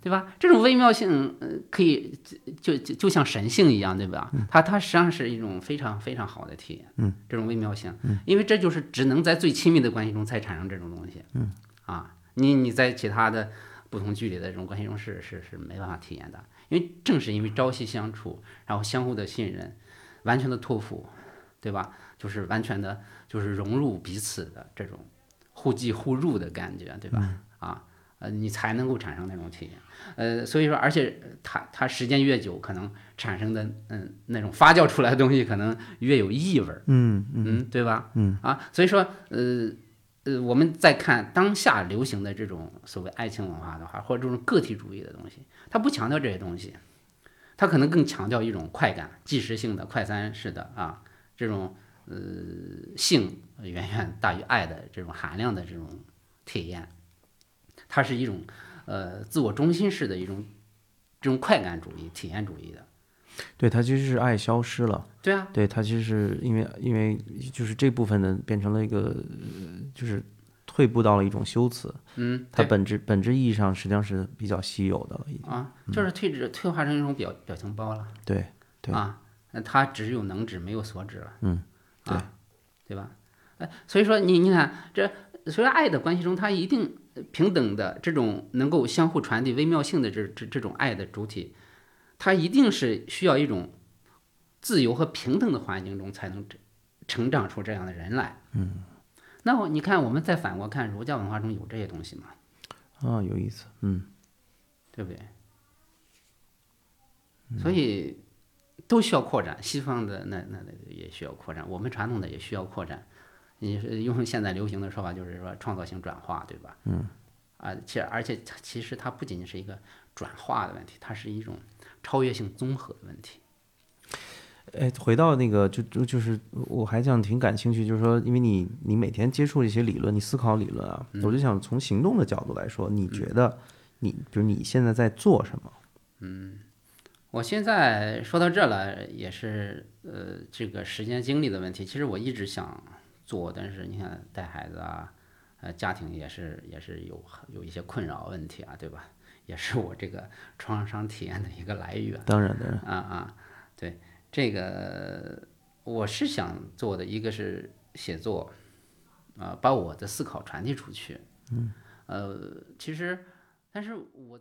A: 对吧？这种微妙性，呃，可以就就就像神性一样，对吧？它它实际上是一种非常非常好的体验，嗯，这种微妙性，因为这就是只能在最亲密的关系中才产生这种东西，嗯，啊，你你在其他的不同距离的这种关系中是是是没办法体验的，因为正是因为朝夕相处，然后相互的信任，完全的托付，对吧？就是完全的，就是融入彼此的这种互济互入的感觉，对吧？
B: 嗯
A: 啊，呃，你才能够产生那种体验。呃，所以说，而且呃它它时间越久，可能产生的嗯那种发酵出来的东西，可能越有异味儿，
B: 嗯嗯
A: 嗯，对吧？嗯啊，所以说，呃呃，我们再看当下流行的这种所谓爱情文化的话，或者这种个体主义的东西，它不强调这些东西，它可能更强调一种快感、即时性的、快餐式的啊，这种呃性远远大于爱的这种含量的这种体验，它是一种呃自我中心式的一种这种快感主义、体验主义的。
B: 对，它其实是爱消失了。
A: 对啊，
B: 对，它其实是因为因为就是这部分的变成了一个，呃就是退步到了一种修辞，
A: 嗯，
B: 它
A: 对
B: 本质本质意义上实际上是比较稀有的了。已经
A: 啊，就是退至退化成一种表表情包了。
B: 对对
A: 啊，那它只有能指没有所指了。
B: 嗯，对
A: 啊，对吧？哎，所以说你你看这，所以说爱的关系中，它一定呃平等的这种能够相互传递微妙性的这这这种爱的主体，它一定是需要一种自由和平等的环境中才能成成长出这样的人来。嗯，那我你看，我们再反过看，儒家文化中有这些东西吗？
B: 啊，有意思。嗯，
A: 对不对？所以都需要扩展，西方的那那那也需要扩展，我们传统的也需要扩展。你是用现在流行的说法就是说创造性转化，对吧？嗯。啊，其实而且它其实它不仅仅是一个转化的问题，它是一种超越性综合的问题。
B: 哎，回到那个就就就是我还想挺感兴趣，就是说，因为你你每天接触一些理论，你思考理论啊，我就想从行动的角度来说，你觉得你比如你现在在做什么？
A: 我现在说到这了，也是呃，这个时间精力的问题。其实我一直想做，但是你看带孩子啊，呃，家庭也是也是有有一些困扰问题啊，对吧？也是我这个创伤体验的一个来源。
B: 当然，当然，
A: 啊啊，对，这个我是想做的，一个是写作，呃啊、把我的思考传递出去。嗯。呃，其实，但是我。